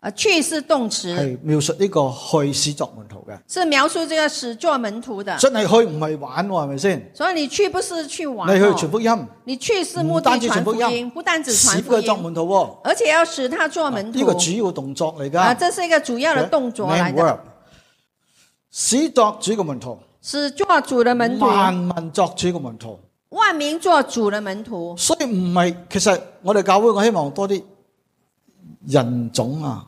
[SPEAKER 2] 呃，去是動詞，
[SPEAKER 1] 係描述呢個去使作門徒嘅，
[SPEAKER 2] 是描述這個使做門徒的。
[SPEAKER 1] 真係去唔係玩喎，係咪先？
[SPEAKER 2] 所以你去不是去玩、
[SPEAKER 1] 你去傳
[SPEAKER 2] 哦，
[SPEAKER 1] 福音，
[SPEAKER 2] 你去是目的
[SPEAKER 1] 唔單止
[SPEAKER 2] 傳
[SPEAKER 1] 傳
[SPEAKER 2] 福
[SPEAKER 1] 福
[SPEAKER 2] 音，不但只
[SPEAKER 1] 使
[SPEAKER 2] 傳福
[SPEAKER 1] 佢作
[SPEAKER 2] 音，
[SPEAKER 1] 門徒喎，
[SPEAKER 2] 而且要使他做門
[SPEAKER 1] 啊呢
[SPEAKER 2] 徒
[SPEAKER 1] 個。主要動作嚟
[SPEAKER 2] 啊，
[SPEAKER 1] 㗎。
[SPEAKER 2] 這是一個主要的動作來
[SPEAKER 1] Main
[SPEAKER 2] 的。
[SPEAKER 1] verb，使作主嘅門徒，
[SPEAKER 2] 使做主的门徒，
[SPEAKER 1] 萬民作主嘅門徒。
[SPEAKER 2] 万民做主的门徒。
[SPEAKER 1] 所以唔係，其實我哋教會我希望多啲人種啊，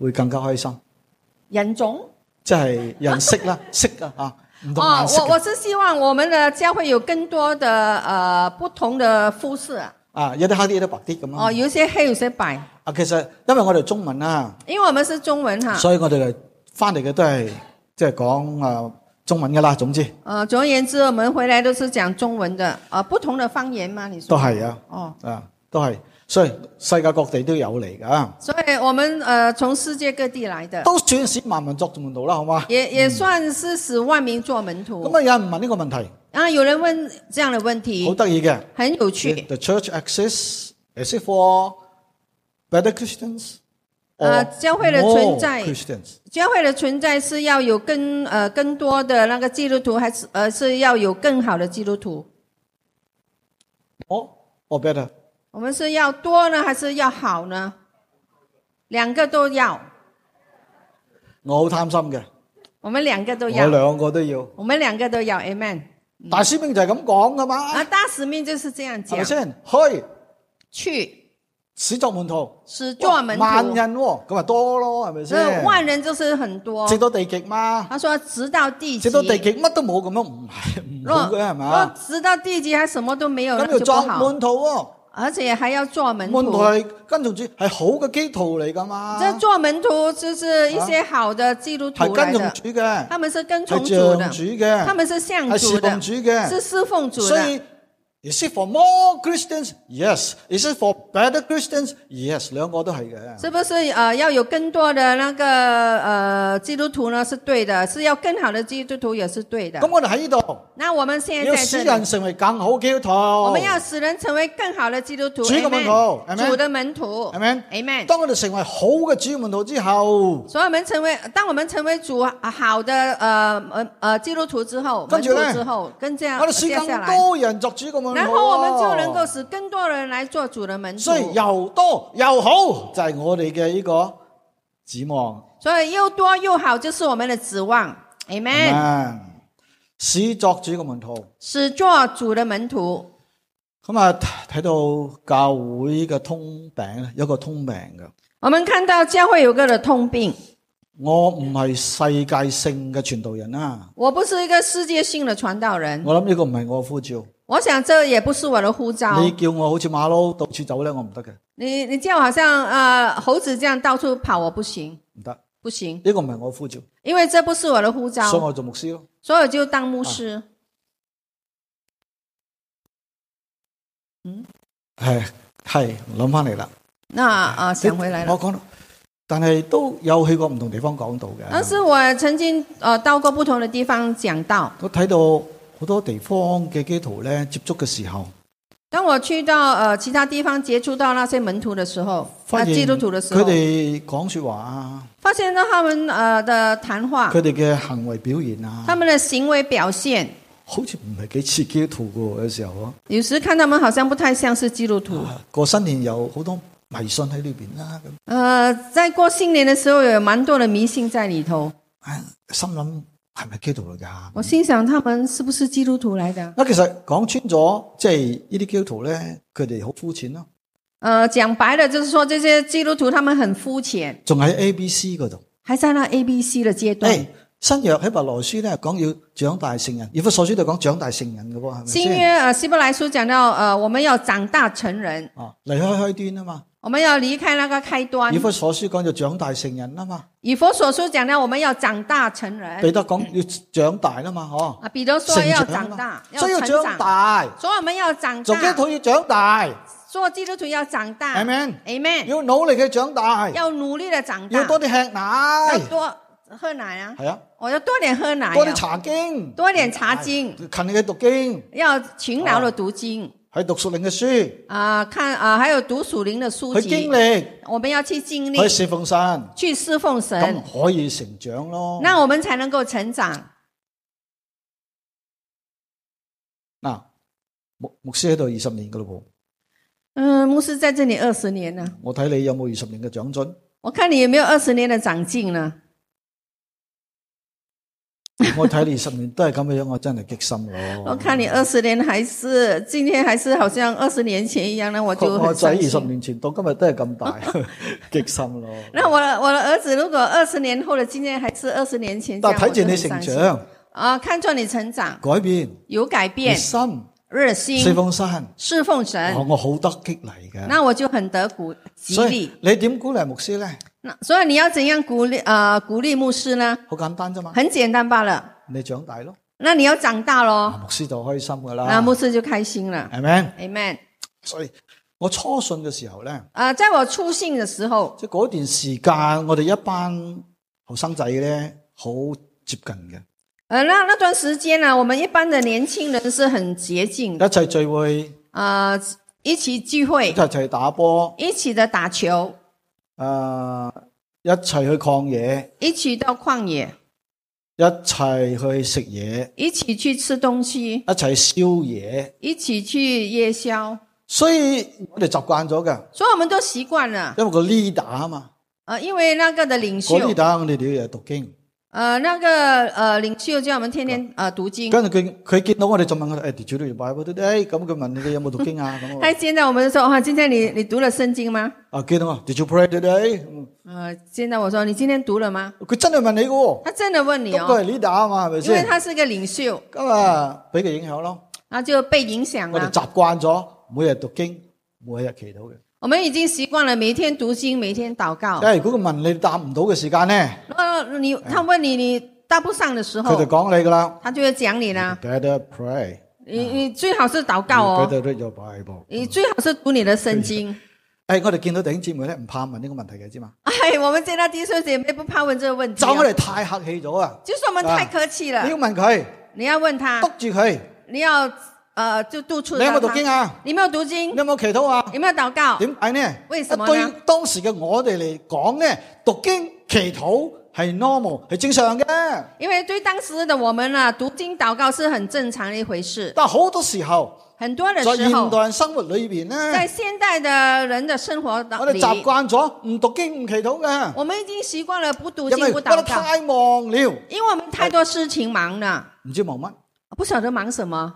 [SPEAKER 1] 會更加開心，
[SPEAKER 2] [LAUGHS] 人种
[SPEAKER 1] 即係人識啦，識啊吓，唔同
[SPEAKER 2] 哦
[SPEAKER 1] 顏，色
[SPEAKER 2] 我我
[SPEAKER 1] 嘅
[SPEAKER 2] 是希望我们的教会有更多的呃不同的肤色
[SPEAKER 1] 啊，有啲黑啲，有啲白啲咁
[SPEAKER 2] 哦，
[SPEAKER 1] 啦。
[SPEAKER 2] 有些黑，有些白，
[SPEAKER 1] 啊，其實因為我哋中文啊，
[SPEAKER 2] 因为我们是中文哈。
[SPEAKER 1] 所以我哋嚟翻嚟嘅都係即係講啊中文噶啦，總之
[SPEAKER 2] 呃，总而言之，我们回来都是讲中文的，呃，不同的方言吗？你说
[SPEAKER 1] 都係啊，
[SPEAKER 2] 哦，
[SPEAKER 1] 啊都係，所以世界各地都有嚟噶，
[SPEAKER 2] 所以我们呃从世界各地来的，
[SPEAKER 1] 都算是萬民作門徒啦，好嘛？
[SPEAKER 2] 也也算是使万民做门徒。
[SPEAKER 1] 咁啊，有人問呢個問題，
[SPEAKER 2] 啊，有人问这样的问
[SPEAKER 1] 好
[SPEAKER 2] 题，
[SPEAKER 1] 得意嘅。
[SPEAKER 2] 很有趣。
[SPEAKER 1] The church exists is it for better Christians or
[SPEAKER 2] 呃，教会的
[SPEAKER 1] more
[SPEAKER 2] 存在
[SPEAKER 1] Christians？
[SPEAKER 2] 教会的存在是要有更呃更多的那个基督徒，还是呃是要有更好的基督徒？
[SPEAKER 1] More or better？
[SPEAKER 2] 我们是要多呢，还是要好呢？两个都要，
[SPEAKER 1] 我好貪心嘅，
[SPEAKER 2] 我们两个都
[SPEAKER 1] 我
[SPEAKER 2] 要，
[SPEAKER 1] 兩個都要。
[SPEAKER 2] 我们两个都要，amen。
[SPEAKER 1] 大使命就係咁講噶嘛，
[SPEAKER 2] 啊，大使命就是这样
[SPEAKER 1] 係
[SPEAKER 2] 讲
[SPEAKER 1] 咪，先？去
[SPEAKER 2] 去
[SPEAKER 1] 使作門徒，
[SPEAKER 2] 使做门
[SPEAKER 1] 哇萬
[SPEAKER 2] 徒，
[SPEAKER 1] 人喎，咁咪多咯，係咪
[SPEAKER 2] 这
[SPEAKER 1] 先？
[SPEAKER 2] 万人就是很多。
[SPEAKER 1] 直到地極嘛，
[SPEAKER 2] 他说直到地极，
[SPEAKER 1] 直到地極乜都冇咁樣， [LAUGHS] 唔係唔
[SPEAKER 2] 若
[SPEAKER 1] 好嘅係
[SPEAKER 2] 若
[SPEAKER 1] 嘛？
[SPEAKER 2] 直到地极还什么都没有，
[SPEAKER 1] 咁
[SPEAKER 2] 那
[SPEAKER 1] 要
[SPEAKER 2] 就不
[SPEAKER 1] 作
[SPEAKER 2] 好。
[SPEAKER 1] 門徒喎，
[SPEAKER 2] 而且还要做门
[SPEAKER 1] 門徒
[SPEAKER 2] 徒，
[SPEAKER 1] 係跟從主係好嘅基徒嚟㗎嘛，
[SPEAKER 2] 这做门徒就是一些好的基督
[SPEAKER 1] 係
[SPEAKER 2] 徒来
[SPEAKER 1] 啊跟從
[SPEAKER 2] 的，
[SPEAKER 1] 主嘅，
[SPEAKER 2] 他们是跟从
[SPEAKER 1] 係
[SPEAKER 2] 主
[SPEAKER 1] 像
[SPEAKER 2] 的，
[SPEAKER 1] 主嘅，
[SPEAKER 2] 他们是向
[SPEAKER 1] 係
[SPEAKER 2] 主
[SPEAKER 1] 侍奉
[SPEAKER 2] 的，
[SPEAKER 1] 主嘅。
[SPEAKER 2] 是侍奉主
[SPEAKER 1] 所
[SPEAKER 2] 的。
[SPEAKER 1] 以，is it for more Christians? Yes. Is it for better Christians? Yes. 兩個都係嘅。
[SPEAKER 2] 是不是呃要有更多的那个呃基督徒呢？是对的，是要更好的基督徒也是对的
[SPEAKER 1] 咁。我哋喺呢度
[SPEAKER 2] 那我们现在
[SPEAKER 1] 要
[SPEAKER 2] 在
[SPEAKER 1] 使
[SPEAKER 2] 这里
[SPEAKER 1] 人。成為更好基督徒。
[SPEAKER 2] 我
[SPEAKER 1] 我
[SPEAKER 2] 们要使人成为更好的基督徒，
[SPEAKER 1] 哦主嘅
[SPEAKER 2] Amen
[SPEAKER 1] 门徒，Amen
[SPEAKER 2] 主的门徒
[SPEAKER 1] Amen
[SPEAKER 2] ，Amen。
[SPEAKER 1] 當我哋成為好嘅主門徒之後，
[SPEAKER 2] 所以，我们成为当我们成为主啊好的呃呃呃基督徒之后，
[SPEAKER 1] 跟
[SPEAKER 2] 门
[SPEAKER 1] 住
[SPEAKER 2] 徒
[SPEAKER 1] 呢
[SPEAKER 2] 之后，跟这样
[SPEAKER 1] 我哋使
[SPEAKER 2] 接
[SPEAKER 1] 更
[SPEAKER 2] 下来，
[SPEAKER 1] 多人作主嘅門徒。
[SPEAKER 2] 啊然后我们就能够。使更多人来做主的门徒
[SPEAKER 1] 所。以又多又好就係我哋嘅呢個指望。
[SPEAKER 2] 所以又多又好，就是我们的指望，Amen。
[SPEAKER 1] Amen 使作主嘅門徒。
[SPEAKER 2] 使做主的门徒。
[SPEAKER 1] 咁啊，睇睇到教會嘅通病咧，有一個通病嘅。
[SPEAKER 2] 我们看到教会有个的通病，
[SPEAKER 1] 我唔係世界性嘅傳道人啊！
[SPEAKER 2] 我不是一个世界性的传道人，
[SPEAKER 1] 我諗呢個唔係我嘅呼召。
[SPEAKER 2] 我想这也不是我的呼召。
[SPEAKER 1] 你叫我好似馬騮到處走咧，我唔得嘅，
[SPEAKER 2] 你你叫我好像呃猴子这样到处跑，我不行，
[SPEAKER 1] 唔得。
[SPEAKER 2] 不行，
[SPEAKER 1] 呢個唔係我嘅呼召，
[SPEAKER 2] 因为这不是我的呼召，
[SPEAKER 1] 所以我做牧師咯。
[SPEAKER 2] 所以我就当牧师。
[SPEAKER 1] 係係諗翻嚟啦。
[SPEAKER 2] 那啊、呃想回来了，
[SPEAKER 1] 我講，但係都有去過唔同地方講道
[SPEAKER 2] 但
[SPEAKER 1] 嘅。
[SPEAKER 2] 是我曾经呃到过不同的地方讲道。
[SPEAKER 1] 我睇到好多地方嘅基督徒咧，接觸嘅時候，
[SPEAKER 2] 当我去到呃其他地方接触到那些门徒的时候，
[SPEAKER 1] 發
[SPEAKER 2] 啊
[SPEAKER 1] 現
[SPEAKER 2] 基督徒的时
[SPEAKER 1] 佢
[SPEAKER 2] 候，
[SPEAKER 1] 哋講说話啊，
[SPEAKER 2] 发现到他们呃的谈话
[SPEAKER 1] 佢，哋嘅行為表現啊
[SPEAKER 2] 他，们的行为表现，
[SPEAKER 1] 好似唔係幾似基督徒嘅喎有時候啊。啊
[SPEAKER 2] 有时看他们好像不太像是基督徒。
[SPEAKER 1] 過新年有好多迷信喺裏邊啦，咁
[SPEAKER 2] 呃，在过新年的时候，有蛮多的迷信在里头。
[SPEAKER 1] 唉心諗係咪基督徒嚟㗎？
[SPEAKER 2] 我心想他们是不是基督徒来的？
[SPEAKER 1] 嗱，其實講穿咗，即係呢啲基督徒咧，佢哋好膚淺咯，
[SPEAKER 2] 呃，讲白了就是说，这些基督徒他们很膚淺，
[SPEAKER 1] 仲喺 A、B、C 嗰度。
[SPEAKER 2] 还在那 A、B、C 的阶段。
[SPEAKER 1] 誒，新約喺白羅書咧講要長大成人，以弗所書就講長大成人嘅喎，係咪
[SPEAKER 2] 新
[SPEAKER 1] 先？
[SPEAKER 2] 约呃希伯来书讲到呃，我们要长大成人，
[SPEAKER 1] 啊，離開開端啊嘛，
[SPEAKER 2] 我们要离开那个开端
[SPEAKER 1] 以。弗所書講要長大成人啊嘛，
[SPEAKER 2] 以佛所书讲到我们要长大成人
[SPEAKER 1] 彼得講要長大啦嘛，嗬，
[SPEAKER 2] 啊，彼得说
[SPEAKER 1] 成
[SPEAKER 2] 要
[SPEAKER 1] 長啊
[SPEAKER 2] 长大
[SPEAKER 1] 嘛，，
[SPEAKER 2] 要
[SPEAKER 1] 所以要
[SPEAKER 2] 成
[SPEAKER 1] 長
[SPEAKER 2] 长，
[SPEAKER 1] 大，
[SPEAKER 2] 所以我们要长
[SPEAKER 1] 做基督
[SPEAKER 2] 大，
[SPEAKER 1] 徒要長大
[SPEAKER 2] 做基督徒要长大。
[SPEAKER 1] ，Amen，
[SPEAKER 2] Amen，
[SPEAKER 1] 要努力去長大，
[SPEAKER 2] 要努力的长大
[SPEAKER 1] 要，多啲吃
[SPEAKER 2] 要
[SPEAKER 1] 奶，
[SPEAKER 2] 多喝奶啊，
[SPEAKER 1] 係啊，
[SPEAKER 2] 我要多点喝奶
[SPEAKER 1] 多啲哎
[SPEAKER 2] 啊，
[SPEAKER 1] 查經，
[SPEAKER 2] 多點查經
[SPEAKER 1] 勤力去讀經，
[SPEAKER 2] 要勤劳的读经。
[SPEAKER 1] 去讀屬靈嘅書。
[SPEAKER 2] 啊、看啊、还有读属灵的书
[SPEAKER 1] 佢
[SPEAKER 2] 籍
[SPEAKER 1] 經，歷，
[SPEAKER 2] 我们要去经历
[SPEAKER 1] 佢，侍奉神，
[SPEAKER 2] 去侍奉神，
[SPEAKER 1] 咁可以成長咯。
[SPEAKER 2] 那我们才能够成长。
[SPEAKER 1] 嗱，牧牧師喺度二十年噶咯
[SPEAKER 2] 嗯，牧师在这里二十年了
[SPEAKER 1] 噃，，我睇你有冇二十年嘅長進？
[SPEAKER 2] 我看你有没有二十年的长进呢？
[SPEAKER 1] 我睇你二十年都係咁嘅樣，我真係激心
[SPEAKER 2] 我
[SPEAKER 1] 咯。
[SPEAKER 2] 看你二十年还是今天还是好像二十年前一样，那我就
[SPEAKER 1] 我
[SPEAKER 2] 很
[SPEAKER 1] 仔
[SPEAKER 2] 伤
[SPEAKER 1] 二十
[SPEAKER 2] 心。
[SPEAKER 1] 年前到今日都係咁大， [LAUGHS] 激心咯。
[SPEAKER 2] 那我的我的儿子如果二十年后的今天还是二十年前这
[SPEAKER 1] 但
[SPEAKER 2] 样，
[SPEAKER 1] 睇住
[SPEAKER 2] 我就
[SPEAKER 1] 你
[SPEAKER 2] 很
[SPEAKER 1] 成
[SPEAKER 2] 伤心
[SPEAKER 1] 長、
[SPEAKER 2] 啊，看着你成长，
[SPEAKER 1] 改變、
[SPEAKER 2] 有改
[SPEAKER 1] 熱
[SPEAKER 2] 变，
[SPEAKER 1] 心、
[SPEAKER 2] 热
[SPEAKER 1] 四
[SPEAKER 2] 心
[SPEAKER 1] 方山，
[SPEAKER 2] 侍奉神
[SPEAKER 1] 我，我好得激勵嘅。
[SPEAKER 2] 那我就很得鼓激
[SPEAKER 1] 所以
[SPEAKER 2] 励。
[SPEAKER 1] 你點鼓勵牧師咧？
[SPEAKER 2] 那所以你要怎样鼓励呃鼓励牧师呢？
[SPEAKER 1] 好簡單啫嘛，
[SPEAKER 2] 很简单罢了。
[SPEAKER 1] 你長大咯，
[SPEAKER 2] 那你要长大
[SPEAKER 1] 啊
[SPEAKER 2] 咯，
[SPEAKER 1] 牧師就開心噶
[SPEAKER 2] 那
[SPEAKER 1] 啦，
[SPEAKER 2] 牧师就开心了。
[SPEAKER 1] 係咪？
[SPEAKER 2] Amen。
[SPEAKER 1] 所以我初信嘅時候咧，
[SPEAKER 2] 啊，在我初信的时候，
[SPEAKER 1] 即係嗰段時間，我哋一班後生仔咧好接近嘅，
[SPEAKER 2] 呃，那那段时间呢，我们一般的年轻人是很洁净
[SPEAKER 1] 一
[SPEAKER 2] 的，
[SPEAKER 1] 齊聚會，
[SPEAKER 2] 呃，一起聚
[SPEAKER 1] 一
[SPEAKER 2] 会，
[SPEAKER 1] 齊打波，
[SPEAKER 2] 一起的打球，
[SPEAKER 1] 诶、一齊去抗野，
[SPEAKER 2] 一起到旷野，
[SPEAKER 1] 一齊去食嘢，
[SPEAKER 2] 一起去吃东西，
[SPEAKER 1] 一齊宵夜，
[SPEAKER 2] 一起去夜宵，
[SPEAKER 1] 所以我哋習慣咗嘅，
[SPEAKER 2] 所以我们都习惯了。
[SPEAKER 1] 因為個 leader 啊嘛，
[SPEAKER 2] 呃，因为那个的領
[SPEAKER 1] 個
[SPEAKER 2] 袖，
[SPEAKER 1] leader 我哋哋日讀經，
[SPEAKER 2] 呃，那个呃領袖叫我们天天呃读经。
[SPEAKER 1] 跟住佢佢見到我哋就問我哋，诶、did you read the Bible today？咁佢問你哋有冇讀經啊？咁
[SPEAKER 2] 他
[SPEAKER 1] 我
[SPEAKER 2] 见到我们就说：“哇，今天你你读了圣经吗
[SPEAKER 1] 啊見到我，did you pray today？嗯？”
[SPEAKER 2] 呃，见到我说：“你今天读了吗
[SPEAKER 1] 佢真係問你嘅喎，？”
[SPEAKER 2] 他真的问你
[SPEAKER 1] 咁佢
[SPEAKER 2] 哦，
[SPEAKER 1] 係 leader 啊嘛，係咪
[SPEAKER 2] 因为
[SPEAKER 1] 先？
[SPEAKER 2] 他是个领袖，
[SPEAKER 1] 咁啊，俾佢影響咯。
[SPEAKER 2] 然后就被影响啊
[SPEAKER 1] 我哋
[SPEAKER 2] 了。
[SPEAKER 1] 習慣咗每日讀經，每日祈禱嘅。
[SPEAKER 2] 我们已经习惯了每天读经，每天祷告。
[SPEAKER 1] 因為如果佢問你答唔到嘅時間咧，
[SPEAKER 2] 然后你他问你你答不上的时
[SPEAKER 1] 佢就
[SPEAKER 2] 候，
[SPEAKER 1] 講你噶啦
[SPEAKER 2] 他就会讲你啦。
[SPEAKER 1] ，you，better pray。
[SPEAKER 2] 你你最好是祷告哦，
[SPEAKER 1] 佢哋 read your Bible。
[SPEAKER 2] 你最好是读你的圣经。
[SPEAKER 1] 诶，我哋見到弟兄姊妹咧，唔怕問呢個問題嘅，知嘛？
[SPEAKER 2] 哎，我们见到弟兄姐妹不怕问这个问题
[SPEAKER 1] 就
[SPEAKER 2] 哦、
[SPEAKER 1] 我哋太客氣咗啊！
[SPEAKER 2] 就是我们太客气了。
[SPEAKER 1] 你要問佢，
[SPEAKER 2] 你要问他
[SPEAKER 1] 督，住佢，
[SPEAKER 2] 你要呃就督促
[SPEAKER 1] 你有
[SPEAKER 2] 到
[SPEAKER 1] 冇讀
[SPEAKER 2] 他。
[SPEAKER 1] 經啊？
[SPEAKER 2] 你有没有读
[SPEAKER 1] 你
[SPEAKER 2] 经？
[SPEAKER 1] 有冇祈禱啊？
[SPEAKER 2] 有没有祷告？
[SPEAKER 1] 點解呢？
[SPEAKER 2] 為什麼呢
[SPEAKER 1] 對當時嘅我哋嚟講咧，讀經祈禱係 normal 係正常嘅，
[SPEAKER 2] 因为对当时的我们呢、读经祷告是很正常的一回事。
[SPEAKER 1] 但好多時候
[SPEAKER 2] 很多的
[SPEAKER 1] 在
[SPEAKER 2] 时
[SPEAKER 1] 現代
[SPEAKER 2] 候，
[SPEAKER 1] 人生活裏边咧
[SPEAKER 2] 在。现代的人的生活当
[SPEAKER 1] 我哋
[SPEAKER 2] 里，
[SPEAKER 1] 習慣咗唔讀經唔祈禱嘅，
[SPEAKER 2] 我们已经习惯了不读
[SPEAKER 1] 因為
[SPEAKER 2] 经不
[SPEAKER 1] 覺得
[SPEAKER 2] 祷告，
[SPEAKER 1] 太忙了，
[SPEAKER 2] 因为我们太多事情忙了，
[SPEAKER 1] 唔知忙乜，
[SPEAKER 2] 不晓得忙什么，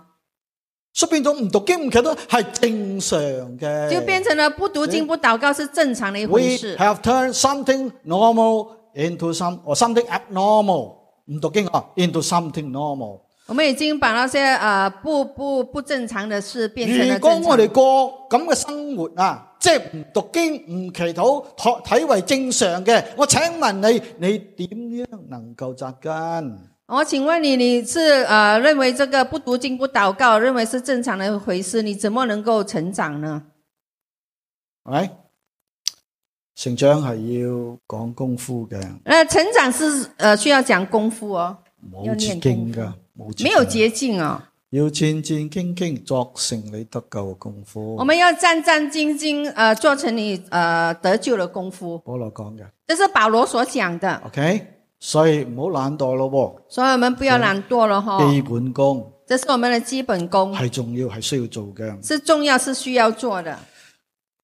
[SPEAKER 1] 所以變咗唔讀經唔祈禱係正常嘅。
[SPEAKER 2] 就变成了不读经不祷告是正常的一
[SPEAKER 1] We
[SPEAKER 2] 回事。
[SPEAKER 1] have turned something normal into some or something abnormal，唔讀經啊，into something normal。
[SPEAKER 2] 我们已经把那些呃不不不正常的事变成
[SPEAKER 1] 如
[SPEAKER 2] 了
[SPEAKER 1] 果
[SPEAKER 2] 正
[SPEAKER 1] 我
[SPEAKER 2] 常。
[SPEAKER 1] 哋過咁嘅生活啊，即係唔讀經唔祈禱，學睇為正常嘅，我請問你，你點樣能夠扎根？
[SPEAKER 2] 我哦请问你，你是呃认为这个不读经不祷告，认为是正常的一回事，你怎么能够成长呢？
[SPEAKER 1] 系咪？成長係要講功夫嘅，
[SPEAKER 2] 那成长是呃需要讲功夫哦，
[SPEAKER 1] 冇捷徑噶，冇捷徑
[SPEAKER 2] 没有捷径哦。
[SPEAKER 1] 要戰戰兢兢作成你得救嘅功
[SPEAKER 2] 我
[SPEAKER 1] 夫。
[SPEAKER 2] 们要战战兢兢，呃，做成你呃得救的功夫，
[SPEAKER 1] 保羅講嘅
[SPEAKER 2] 这是保罗所讲的。
[SPEAKER 1] ，OK，所以唔好懶惰咯
[SPEAKER 2] 所以我们不要懒惰了哈、
[SPEAKER 1] 喎。基本功
[SPEAKER 2] 这是我们的基本功，
[SPEAKER 1] 係重要，係需要做嘅。
[SPEAKER 2] 是重要，是需要做的。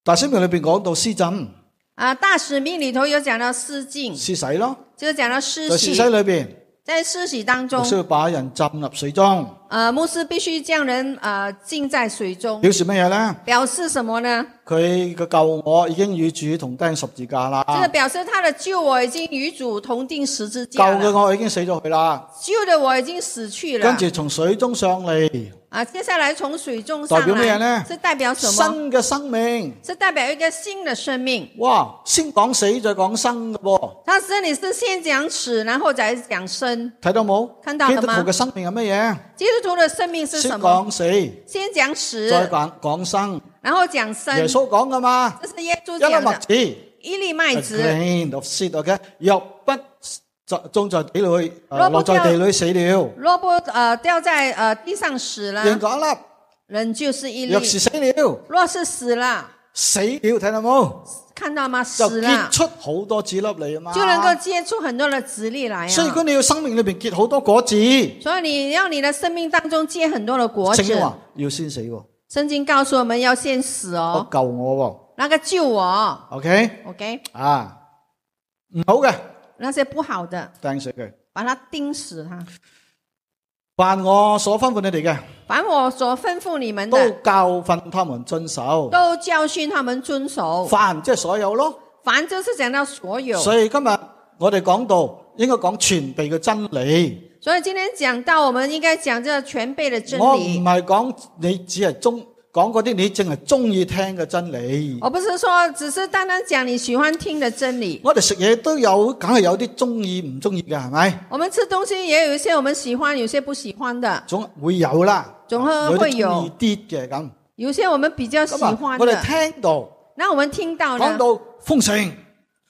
[SPEAKER 1] 大使命裏边講到施浸、
[SPEAKER 2] 啊，大使命里头有讲到施浸，
[SPEAKER 1] 施洗咯，
[SPEAKER 2] 就讲到施
[SPEAKER 1] 在施洗
[SPEAKER 2] 洗，
[SPEAKER 1] 裏边，
[SPEAKER 2] 在施洗当中
[SPEAKER 1] 我需，要把人浸入水中，
[SPEAKER 2] 呃，牧师必须将人呃浸在水中，
[SPEAKER 1] 表示乜嘢呢？
[SPEAKER 2] 表示什么呢？
[SPEAKER 1] 佢嘅救我已經與主同釘十字架啦，
[SPEAKER 2] 这个表示他的救我已经与主同定十字
[SPEAKER 1] 救
[SPEAKER 2] 架
[SPEAKER 1] 嘅
[SPEAKER 2] 了，
[SPEAKER 1] 我已經死咗佢啦。
[SPEAKER 2] 救的我已经死去
[SPEAKER 1] 跟
[SPEAKER 2] 了。
[SPEAKER 1] 住從水中上嚟，
[SPEAKER 2] 啊，接下来从水中上
[SPEAKER 1] 代表咩呢
[SPEAKER 2] 来，是代表什么？
[SPEAKER 1] 新嘅生命。
[SPEAKER 2] 是代表一个新的生命。
[SPEAKER 1] 哇！先講死再講生嘅噃，
[SPEAKER 2] 他这里是先讲死，然后再讲生。
[SPEAKER 1] 睇到冇？
[SPEAKER 2] 看到了
[SPEAKER 1] 基督
[SPEAKER 2] 嗎
[SPEAKER 1] 徒嘅生命係乜
[SPEAKER 2] 基督徒的生命
[SPEAKER 1] 嘢？
[SPEAKER 2] 是
[SPEAKER 1] 先
[SPEAKER 2] 什么？
[SPEAKER 1] 講死，
[SPEAKER 2] 先讲死，
[SPEAKER 1] 再講講生。
[SPEAKER 2] 然后讲生。
[SPEAKER 1] 耶穌講噶嘛？
[SPEAKER 2] 这是耶稣
[SPEAKER 1] 一粒
[SPEAKER 2] 讲
[SPEAKER 1] 麥
[SPEAKER 2] 的。
[SPEAKER 1] 子
[SPEAKER 2] 一粒麦
[SPEAKER 1] a
[SPEAKER 2] 子
[SPEAKER 1] grain of seed OK，若不種在地裏，呃
[SPEAKER 2] 若
[SPEAKER 1] 落
[SPEAKER 2] 不
[SPEAKER 1] 在地裏死了，
[SPEAKER 2] 若不呃掉在呃地上死了，
[SPEAKER 1] 仍講一
[SPEAKER 2] 人就是一
[SPEAKER 1] 粒。若是
[SPEAKER 2] 粒。
[SPEAKER 1] 死了，
[SPEAKER 2] 若是死了，
[SPEAKER 1] 死了睇到冇？
[SPEAKER 2] 看到吗？
[SPEAKER 1] 就
[SPEAKER 2] 死了
[SPEAKER 1] 結出好多子粒嚟啊嘛。
[SPEAKER 2] 就能夠結出很多的籽粒來啊。
[SPEAKER 1] 所以如果你要生命裏邊結好多果子，
[SPEAKER 2] 所以你要你的生命当中结很多的果子
[SPEAKER 1] 聖。經話要先死喎。
[SPEAKER 2] 圣经告诉我们要先死
[SPEAKER 1] 我
[SPEAKER 2] 哦，
[SPEAKER 1] 救我
[SPEAKER 2] 那个救我
[SPEAKER 1] 喎，OK
[SPEAKER 2] ，OK，
[SPEAKER 1] 啊，唔好嘅，
[SPEAKER 2] 那些不好的
[SPEAKER 1] 掟死佢。
[SPEAKER 2] 把他钉死他。
[SPEAKER 1] 凡我所吩咐你哋嘅，
[SPEAKER 2] 凡我所吩咐你们
[SPEAKER 1] 都
[SPEAKER 2] 的，
[SPEAKER 1] 教训他们遵守。
[SPEAKER 2] 都教训他们遵守。
[SPEAKER 1] 凡即係所有咯。
[SPEAKER 2] 凡就是讲到所有，
[SPEAKER 1] 所以今日我哋講到應該講全備嘅真理。
[SPEAKER 2] 所以今天讲到我们应该讲这全备的真
[SPEAKER 1] 我唔
[SPEAKER 2] 理。
[SPEAKER 1] 係講你只係中講嗰啲你淨係中意聽嘅真理。
[SPEAKER 2] 我不是说只是单单讲你喜欢听的真理。
[SPEAKER 1] 我哋食嘢都有，梗係有啲中意唔中意嘅，係咪？
[SPEAKER 2] 我们吃东西也有一些我们喜欢，有些不喜欢的，
[SPEAKER 1] 總會有啦，
[SPEAKER 2] 總係會
[SPEAKER 1] 有啲
[SPEAKER 2] 有
[SPEAKER 1] 中意啲嘅咁。
[SPEAKER 2] 有些我们比较喜
[SPEAKER 1] 咁啊，
[SPEAKER 2] 欢
[SPEAKER 1] 我哋
[SPEAKER 2] 的。
[SPEAKER 1] 聽到
[SPEAKER 2] 那我们听到
[SPEAKER 1] 講
[SPEAKER 2] 呢？
[SPEAKER 1] 到豐盛，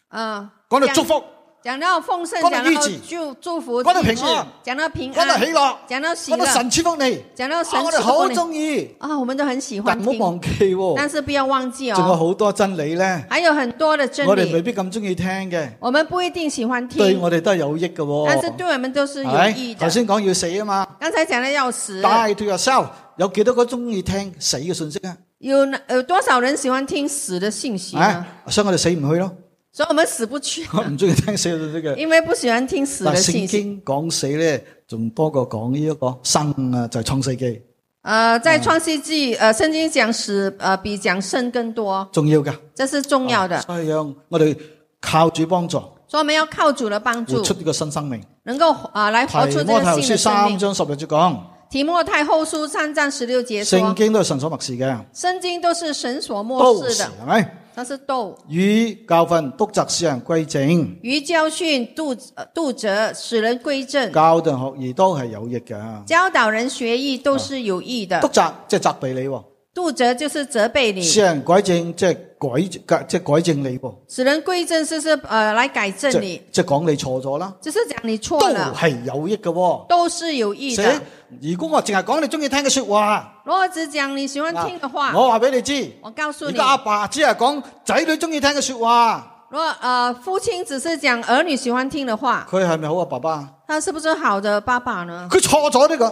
[SPEAKER 2] 嗯，
[SPEAKER 1] 講到
[SPEAKER 2] 讲
[SPEAKER 1] 祝福，
[SPEAKER 2] 讲到丰盛，
[SPEAKER 1] 讲
[SPEAKER 2] 讲
[SPEAKER 1] 到
[SPEAKER 2] 到
[SPEAKER 1] 医治
[SPEAKER 2] 祝祝福，
[SPEAKER 1] 讲到
[SPEAKER 2] 医
[SPEAKER 1] 平
[SPEAKER 2] 治
[SPEAKER 1] 安，
[SPEAKER 2] 讲到平
[SPEAKER 1] 講到喜
[SPEAKER 2] 安，
[SPEAKER 1] 樂，
[SPEAKER 2] 讲到喜
[SPEAKER 1] 講到
[SPEAKER 2] 乐，
[SPEAKER 1] 神賜福你，
[SPEAKER 2] 讲到神
[SPEAKER 1] 啊我哋
[SPEAKER 2] 赐福
[SPEAKER 1] 好
[SPEAKER 2] 你
[SPEAKER 1] 中意。
[SPEAKER 2] 啊，我们都很喜欢
[SPEAKER 1] 但唔好
[SPEAKER 2] 听，
[SPEAKER 1] 忘記
[SPEAKER 2] 但
[SPEAKER 1] 喎，
[SPEAKER 2] 是不要忘记
[SPEAKER 1] 仲有
[SPEAKER 2] 哦，
[SPEAKER 1] 好多真理咧，
[SPEAKER 2] 还有很多的真
[SPEAKER 1] 我哋未
[SPEAKER 2] 理，
[SPEAKER 1] 必咁中意聽嘅。
[SPEAKER 2] 我们不一定喜欢
[SPEAKER 1] 對
[SPEAKER 2] 听，
[SPEAKER 1] 我哋都係有益嘅
[SPEAKER 2] 但是
[SPEAKER 1] 喎。
[SPEAKER 2] 对我们都是有
[SPEAKER 1] 係
[SPEAKER 2] 益的
[SPEAKER 1] 頭。先講要死啊嘛
[SPEAKER 2] 刚才讲的要死，
[SPEAKER 1] ，die to yourself，有幾多個中意聽死嘅信息啊？
[SPEAKER 2] 有哪有多少人喜欢听死的信息呢？
[SPEAKER 1] 啊，所以我哋死唔去咯， [LAUGHS]
[SPEAKER 2] 所以我们死不去，
[SPEAKER 1] 我唔中意聽死嘅信息嘅。
[SPEAKER 2] 因为不喜欢听死
[SPEAKER 1] 但
[SPEAKER 2] 的
[SPEAKER 1] 係
[SPEAKER 2] 信
[SPEAKER 1] 聖
[SPEAKER 2] 息。
[SPEAKER 1] 經講死咧，仲多過講呢一個生啊，就係創世記
[SPEAKER 2] 呃，在创世纪，呃，圣经讲死，呃，比讲生更多，
[SPEAKER 1] 重要㗎。
[SPEAKER 2] 这是重要的。
[SPEAKER 1] 所以讓我哋靠主幫助，
[SPEAKER 2] 所以我们要靠主的帮
[SPEAKER 1] 活
[SPEAKER 2] 助
[SPEAKER 1] 出，呢個新生命。
[SPEAKER 2] 能够啊、来活出
[SPEAKER 1] 提
[SPEAKER 2] 这
[SPEAKER 1] 摩太
[SPEAKER 2] 个
[SPEAKER 1] 後
[SPEAKER 2] 新的
[SPEAKER 1] 書
[SPEAKER 2] 生
[SPEAKER 1] 三
[SPEAKER 2] 命。
[SPEAKER 1] 章十六節講，
[SPEAKER 2] 提摩太后书三章十六节
[SPEAKER 1] 聖
[SPEAKER 2] 说，
[SPEAKER 1] 經都係神所默示嘅，
[SPEAKER 2] 圣经都是神所
[SPEAKER 1] 都
[SPEAKER 2] 漠
[SPEAKER 1] 是
[SPEAKER 2] 视的，
[SPEAKER 1] 係咪？
[SPEAKER 2] 它是斗
[SPEAKER 1] 與教訓督責使人歸正，
[SPEAKER 2] 于教训、度呃度责，使人归正，
[SPEAKER 1] 教導學義都係有益嘅。
[SPEAKER 2] 教导人学艺都是有益
[SPEAKER 1] 督
[SPEAKER 2] 的。
[SPEAKER 1] 責即係責備你喎，
[SPEAKER 2] 度责就是责备你，
[SPEAKER 1] 使人改正即係改即係改正你喎，
[SPEAKER 2] 使人归正，就是呃来改
[SPEAKER 1] 即
[SPEAKER 2] 正
[SPEAKER 1] 係
[SPEAKER 2] 你，
[SPEAKER 1] 即係講你錯咗啦，
[SPEAKER 2] 只是讲你
[SPEAKER 1] 都
[SPEAKER 2] 错了，
[SPEAKER 1] 係有益嘅喎。
[SPEAKER 2] 都是有益
[SPEAKER 1] 所
[SPEAKER 2] 的。
[SPEAKER 1] 以如果我淨係講你中意聽嘅説話，啊
[SPEAKER 2] 如果只讲你喜欢听的话，
[SPEAKER 1] 我話俾你知，
[SPEAKER 2] 我告诉
[SPEAKER 1] 而
[SPEAKER 2] 啊哦你
[SPEAKER 1] 家，阿爸只係講仔女中意聽嘅説話，
[SPEAKER 2] 如果呃父亲只是讲儿女喜欢听的话，
[SPEAKER 1] 佢係咪好啊？爸爸，
[SPEAKER 2] 他是不是好的爸爸呢？
[SPEAKER 1] 佢錯咗呢個，誒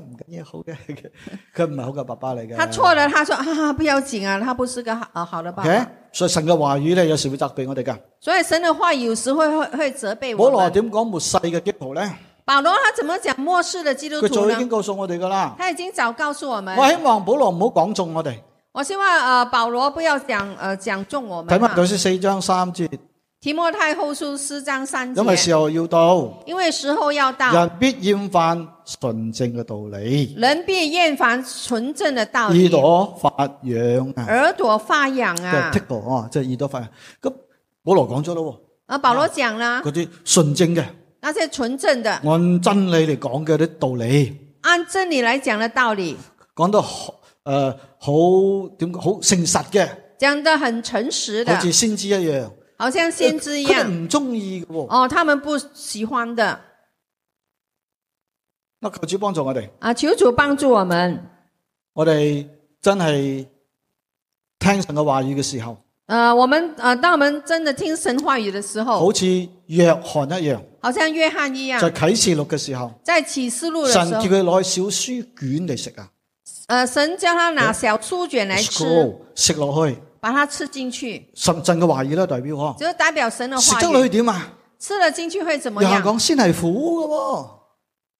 [SPEAKER 1] 唔緊要，好嘅， [LAUGHS] 佢唔係好嘅爸爸嚟嘅。
[SPEAKER 2] 他錯了，他说啊不要紧啊，他不是个好呃好的爸
[SPEAKER 1] o
[SPEAKER 2] 爸。
[SPEAKER 1] k 所以神嘅話語咧，有時會責備我哋㗎。
[SPEAKER 2] 所以神的话有时会会会责备
[SPEAKER 1] 保
[SPEAKER 2] 我
[SPEAKER 1] 羅
[SPEAKER 2] 们。
[SPEAKER 1] 點講末世嘅基督咧？
[SPEAKER 2] 保罗他怎么讲末世的基督
[SPEAKER 1] 佢早
[SPEAKER 2] 徒
[SPEAKER 1] 已經
[SPEAKER 2] 呢？
[SPEAKER 1] 告訴我哋㗎啦。
[SPEAKER 2] 他已经早告诉我们。
[SPEAKER 1] 我希望保羅唔好講中我哋。
[SPEAKER 2] 我希望呃保罗不要讲呃讲中我
[SPEAKER 1] 睇
[SPEAKER 2] 们、
[SPEAKER 1] 翻
[SPEAKER 2] 啊
[SPEAKER 1] 九。書四章三節，
[SPEAKER 2] 提摩太后书四章三节
[SPEAKER 1] 因，為嗯時候要到，
[SPEAKER 2] 因为时候要到，
[SPEAKER 1] 人必厭煩純正嘅道理，
[SPEAKER 2] 人必厌烦纯正的道
[SPEAKER 1] 耳
[SPEAKER 2] 理，
[SPEAKER 1] 朵發癢啊，
[SPEAKER 2] 耳朵发痒
[SPEAKER 1] 即
[SPEAKER 2] 啊
[SPEAKER 1] 係。剔過啊，即係耳朵發癢。咁保羅講咗咯
[SPEAKER 2] 啊，保罗讲
[SPEAKER 1] 喎，
[SPEAKER 2] 啦，
[SPEAKER 1] 嗰啲純正嘅，
[SPEAKER 2] 那些纯正的，
[SPEAKER 1] 按真理嚟講嘅啲道理，
[SPEAKER 2] 按真理来讲的道理，
[SPEAKER 1] 講得好誒好點講好誠實嘅，
[SPEAKER 2] 讲得很诚实的
[SPEAKER 1] 好，似先知一樣。
[SPEAKER 2] 好像先知一
[SPEAKER 1] 佢哋
[SPEAKER 2] 样。
[SPEAKER 1] 唔中意嘅喎。
[SPEAKER 2] 哦，他们不喜欢的
[SPEAKER 1] 嗱，求主幫助我哋，
[SPEAKER 2] 啊！求主帮助我们。
[SPEAKER 1] 我哋真係聽神嘅話語嘅時候，
[SPEAKER 2] 呃，我们呃，当我们真的聽神話語的時候，
[SPEAKER 1] 好似約翰一樣。
[SPEAKER 2] 好像約翰一
[SPEAKER 1] 就
[SPEAKER 2] 哦
[SPEAKER 1] 係
[SPEAKER 2] 樣，
[SPEAKER 1] 啟示錄嘅時候，
[SPEAKER 2] 在启示錄
[SPEAKER 1] 神
[SPEAKER 2] 的時
[SPEAKER 1] 叫
[SPEAKER 2] 候，
[SPEAKER 1] 佢攞小書卷嚟食啊
[SPEAKER 2] 呃，神叫他拿小書卷來吃，
[SPEAKER 1] ，scroll 食落去，
[SPEAKER 2] 把它吃進去，
[SPEAKER 1] 神神嘅懷疑啦，代表嗬，
[SPEAKER 2] 就是代表神的
[SPEAKER 1] 食
[SPEAKER 2] 話
[SPEAKER 1] 咗落
[SPEAKER 2] 語。
[SPEAKER 1] 去點啊？
[SPEAKER 2] 吃了進去會怎麼
[SPEAKER 1] 又係
[SPEAKER 2] 樣？
[SPEAKER 1] 講先係苦嘅喎，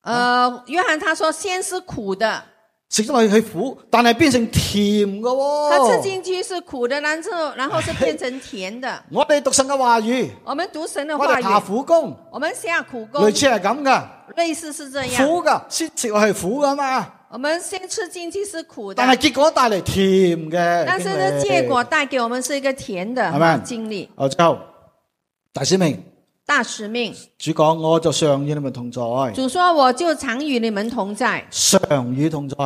[SPEAKER 2] 呃，約翰他說先是苦的，
[SPEAKER 1] 食咗落去係苦，但係變成甜嘅
[SPEAKER 2] 他吃
[SPEAKER 1] 喎。
[SPEAKER 2] 進去是苦的，然后然後是變成甜的。
[SPEAKER 1] 我哋讀神嘅話語，
[SPEAKER 2] 我們讀神的
[SPEAKER 1] 哎我
[SPEAKER 2] 話
[SPEAKER 1] 哋下
[SPEAKER 2] 語，
[SPEAKER 1] 苦功，
[SPEAKER 2] 我們下苦功，啊
[SPEAKER 1] 類似係咁噶，
[SPEAKER 2] 類似是這樣。
[SPEAKER 1] 苦噶，先食落去係苦噶嘛，
[SPEAKER 2] 我們先吃進去是苦的
[SPEAKER 1] 但，係結果帶嚟甜嘅。
[SPEAKER 2] 但是呢，
[SPEAKER 1] 經歷
[SPEAKER 2] 結果帶給我們是一個甜的
[SPEAKER 1] 係咪
[SPEAKER 2] 哈經歷。
[SPEAKER 1] 啊，最後大使命
[SPEAKER 2] 大使命。
[SPEAKER 1] 主講，我就常與你們同在，
[SPEAKER 2] 主说：“我就常與你們同在，
[SPEAKER 1] 常與同在。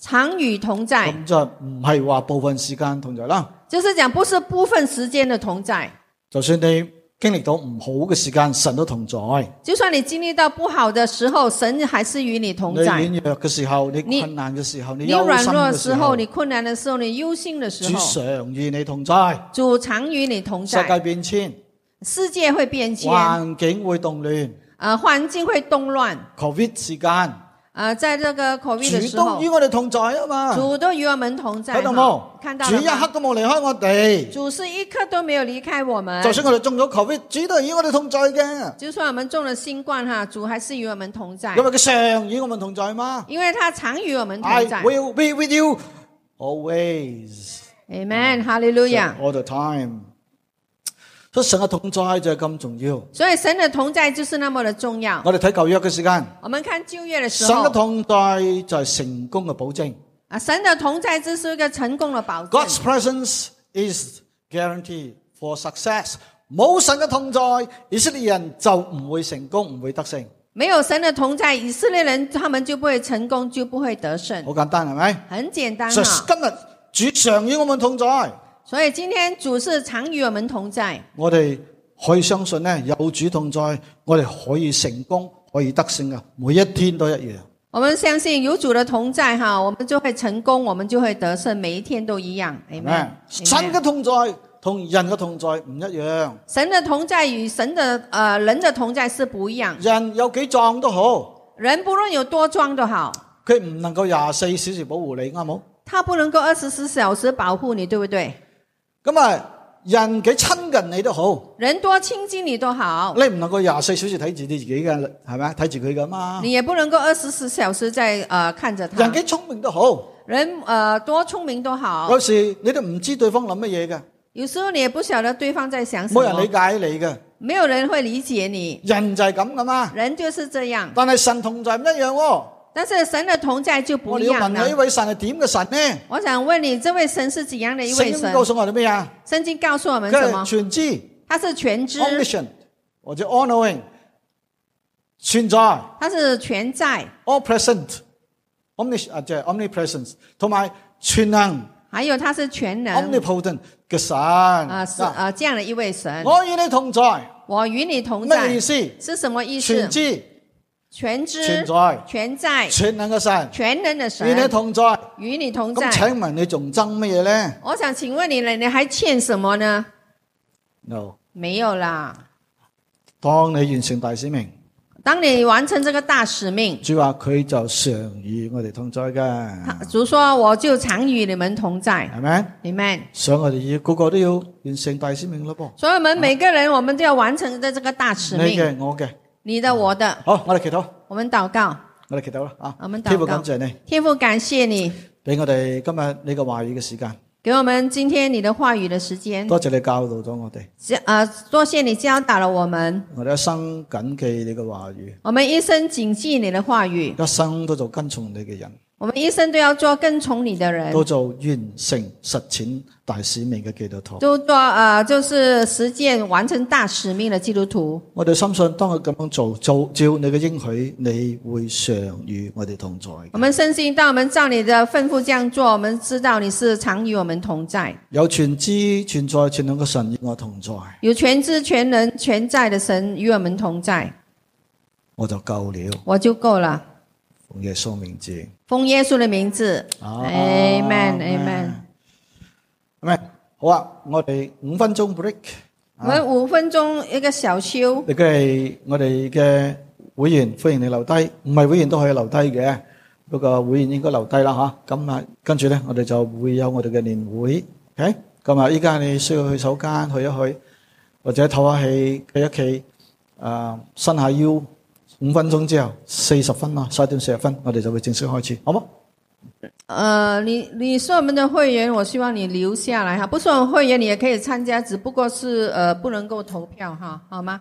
[SPEAKER 2] 常與同在，
[SPEAKER 1] 咁就唔係話部分時間同在啦。
[SPEAKER 2] 就是講不是部分時間的同在。
[SPEAKER 1] 就算你經歷到唔好嘅時間，神都同在。
[SPEAKER 2] 就算你經歷到不好的時候，神還是與你同
[SPEAKER 1] 你
[SPEAKER 2] 在。
[SPEAKER 1] 軟弱嘅時候，你
[SPEAKER 2] 你
[SPEAKER 1] 困難嘅時候，你
[SPEAKER 2] 你
[SPEAKER 1] 憂
[SPEAKER 2] 軟
[SPEAKER 1] 心
[SPEAKER 2] 弱的
[SPEAKER 1] 嘅
[SPEAKER 2] 時
[SPEAKER 1] 時
[SPEAKER 2] 候，
[SPEAKER 1] 候，
[SPEAKER 2] 你困難的時候，你憂心的時
[SPEAKER 1] 主
[SPEAKER 2] 候，
[SPEAKER 1] 常與你同在。
[SPEAKER 2] 主常與你同
[SPEAKER 1] 世界
[SPEAKER 2] 在。
[SPEAKER 1] 變遷，
[SPEAKER 2] 世界會變遷，
[SPEAKER 1] 環境會動亂
[SPEAKER 2] 呃，環境會動亂，
[SPEAKER 1] ，Covid 時間，
[SPEAKER 2] 呃，在这个 COVID 的
[SPEAKER 1] 主
[SPEAKER 2] 时
[SPEAKER 1] 都
[SPEAKER 2] 候
[SPEAKER 1] 與，我哋同在啊嘛，
[SPEAKER 2] 主都与我们同在
[SPEAKER 1] 睇到
[SPEAKER 2] 哈，看
[SPEAKER 1] 冇？
[SPEAKER 2] 到
[SPEAKER 1] 主
[SPEAKER 2] 了
[SPEAKER 1] 一刻
[SPEAKER 2] 吗？
[SPEAKER 1] 都冇離開我哋，
[SPEAKER 2] 主是一刻都没有离开我们，
[SPEAKER 1] 就算我哋中咗 Covid，主都係與我哋同在嘅，
[SPEAKER 2] 就算我们中了新冠哈，主还是与我们同在
[SPEAKER 1] 因，為佢常與我們同在嘛。
[SPEAKER 2] 因为他常与我们
[SPEAKER 1] I
[SPEAKER 2] 同在。
[SPEAKER 1] will be with you always
[SPEAKER 2] Amen，哈利路亚。
[SPEAKER 1] all the time。所以神嘅同在就係咁重要。
[SPEAKER 2] 所以神的同在就是那么的重要。
[SPEAKER 1] 我哋睇舊約嘅時間，
[SPEAKER 2] 我们看旧约的时
[SPEAKER 1] 神嘅
[SPEAKER 2] 候，
[SPEAKER 1] 同在就係成功嘅保證。
[SPEAKER 2] 啊，神的同在这是一个成功的保证。
[SPEAKER 1] God's presence is guarantee for success。冇神嘅同在，以色列人就唔會成功，唔會得勝。
[SPEAKER 2] 没有神的同在，以色列人他们就不会成功，就不会得胜
[SPEAKER 1] 好。簡單係咪？
[SPEAKER 2] 很简单
[SPEAKER 1] 所以
[SPEAKER 2] 哈。
[SPEAKER 1] 今日主常與我們同在，
[SPEAKER 2] 所以今天主是常与我们同在，
[SPEAKER 1] 我哋可以相信呢，有主同在，我哋可以成功，可以得勝嘅，每一天都一樣。
[SPEAKER 2] 我们相信有主的同在哈，我们就会成功，我们就会得胜，每一天都一样。
[SPEAKER 1] 係
[SPEAKER 2] Amen
[SPEAKER 1] 咪？。神
[SPEAKER 2] Amen
[SPEAKER 1] 嘅同在同人嘅同在唔一樣，
[SPEAKER 2] 神的同在与神的呃人的同在是不一样，
[SPEAKER 1] 人有幾壯都好，
[SPEAKER 2] 人不论有多装都好，
[SPEAKER 1] 佢唔能夠廿四小時保護你，啱冇？
[SPEAKER 2] 他不能够二十四小时保护你，对不对？
[SPEAKER 1] 咁啊，人幾親近你都好。
[SPEAKER 2] 人多亲近你都好，
[SPEAKER 1] 你唔能夠廿四小時睇住你自己嘅，係咪睇住佢噶嘛？
[SPEAKER 2] 你也不能够二十四小时在呃看着他
[SPEAKER 1] 人。幾聰明都好，
[SPEAKER 2] 人呃多聪明都好
[SPEAKER 1] 有，時你都唔知對方諗乜嘢嘅，
[SPEAKER 2] 有时候你也不晓得对方在想什
[SPEAKER 1] 冇人理
[SPEAKER 2] 么，
[SPEAKER 1] 解你嘅，
[SPEAKER 2] 没有人会理解你。
[SPEAKER 1] 人就係咁噶嘛。
[SPEAKER 2] 人就是这样，
[SPEAKER 1] 但係神同在唔一樣喎，
[SPEAKER 2] 但是神的同在就不
[SPEAKER 1] 我
[SPEAKER 2] 一
[SPEAKER 1] 哋要問
[SPEAKER 2] 样
[SPEAKER 1] 你呢
[SPEAKER 2] 了。
[SPEAKER 1] 位神係點嘅神呢？
[SPEAKER 2] 我想问你，这位神是怎样的一
[SPEAKER 1] 聖
[SPEAKER 2] 位
[SPEAKER 1] 經
[SPEAKER 2] 神？
[SPEAKER 1] 告訴我哋咩啊？
[SPEAKER 2] 圣经告诉我们
[SPEAKER 1] 佢
[SPEAKER 2] 什么
[SPEAKER 1] 係？全知
[SPEAKER 2] 他是全知，
[SPEAKER 1] omniscient 或者 all knowing，存在
[SPEAKER 2] 他是全在，
[SPEAKER 1] all present omnis 啊，即係 omnipresence，同埋全能
[SPEAKER 2] 还有他是全能
[SPEAKER 1] omnipotent 嘅神。
[SPEAKER 2] 啊，是
[SPEAKER 1] 嗱
[SPEAKER 2] 啊这样的一位神。
[SPEAKER 1] 我與你同在，
[SPEAKER 2] 我与你同
[SPEAKER 1] 咩
[SPEAKER 2] 在
[SPEAKER 1] 哦意思？
[SPEAKER 2] 是什么意思
[SPEAKER 1] 全？知。
[SPEAKER 2] 全知
[SPEAKER 1] 存、在，
[SPEAKER 2] 全在、
[SPEAKER 1] 全能嘅神
[SPEAKER 2] 全能的
[SPEAKER 1] 與你
[SPEAKER 2] 神
[SPEAKER 1] 同在。
[SPEAKER 2] 与你同在
[SPEAKER 1] 咁。請問你仲爭乜嘢呢
[SPEAKER 2] 我想请问你了，你还欠什么呢？
[SPEAKER 1] ？No，
[SPEAKER 2] 没有啦。
[SPEAKER 1] 當你完成大使命，
[SPEAKER 2] 当你完成这个大使命，
[SPEAKER 1] 主話佢就常與我哋同在嘅，
[SPEAKER 2] 主说我就常与你们同在
[SPEAKER 1] 係咪？
[SPEAKER 2] ，Amen。
[SPEAKER 1] 所以我哋要個個都要完成大使命咯噃，
[SPEAKER 2] 所以我们每个人，我们都要完成的这个大使
[SPEAKER 1] 你
[SPEAKER 2] 命，
[SPEAKER 1] 嘅我嘅。
[SPEAKER 2] 你的我的，
[SPEAKER 1] 好，我哋祈禱，
[SPEAKER 2] 我们祷告，
[SPEAKER 1] 我哋祈禱啦啊！
[SPEAKER 2] 我们
[SPEAKER 1] 天父
[SPEAKER 2] 祷告
[SPEAKER 1] 感謝你，
[SPEAKER 2] 天父感谢你，
[SPEAKER 1] 俾我哋今日你嘅話語嘅時間，
[SPEAKER 2] 给我们今天你的话语的时间，
[SPEAKER 1] 多謝你教導咗我哋，
[SPEAKER 2] 教呃，多谢你教导了我们，
[SPEAKER 1] 我哋一生謹記你嘅話語，
[SPEAKER 2] 我们一生谨记你的话语，
[SPEAKER 1] 一生都做跟從你嘅人。
[SPEAKER 2] 我们一生都要做跟从你的人
[SPEAKER 1] 都，做完成實踐大使命嘅基督徒。
[SPEAKER 2] 都做呃，就是实践完成大使命的基督徒。
[SPEAKER 1] 我哋深信，當佢咁樣做，做照你嘅應許，你會常與我哋同在嘅。
[SPEAKER 2] 我们深信，当我们照你的吩咐这样做，我们知道你是常与我们同在，
[SPEAKER 1] 有全知、全在、全能嘅神與我同在，
[SPEAKER 2] 有全知、全能、全在的神与我们同在，
[SPEAKER 1] 我就夠了。
[SPEAKER 2] 我就够了。
[SPEAKER 1] 奉耶穌名字。
[SPEAKER 2] 奉耶稣的名字，Amen
[SPEAKER 1] 啊
[SPEAKER 2] Amen。
[SPEAKER 1] Amen。好啊，我哋五分鐘 break。
[SPEAKER 2] 我们五分钟一个小休，
[SPEAKER 1] 你嘅係我哋嘅會員，歡迎你留低，唔係會員都可以留低嘅，不過會員應該留低啦吓。咁啊，跟住咧，我哋就會有我哋嘅年會。OK，咁啊，依家你需要去手間去一去，或者唞下氣，企一企，啊、伸下腰。五分鐘之後，四十分啊，十一點四十分，我哋就會正式開始，好冇？
[SPEAKER 2] 呃，你你是我们的会员，我希望你留下来哈。不是我们会员，你也可以参加，只不过是呃不能够投票哈，好吗？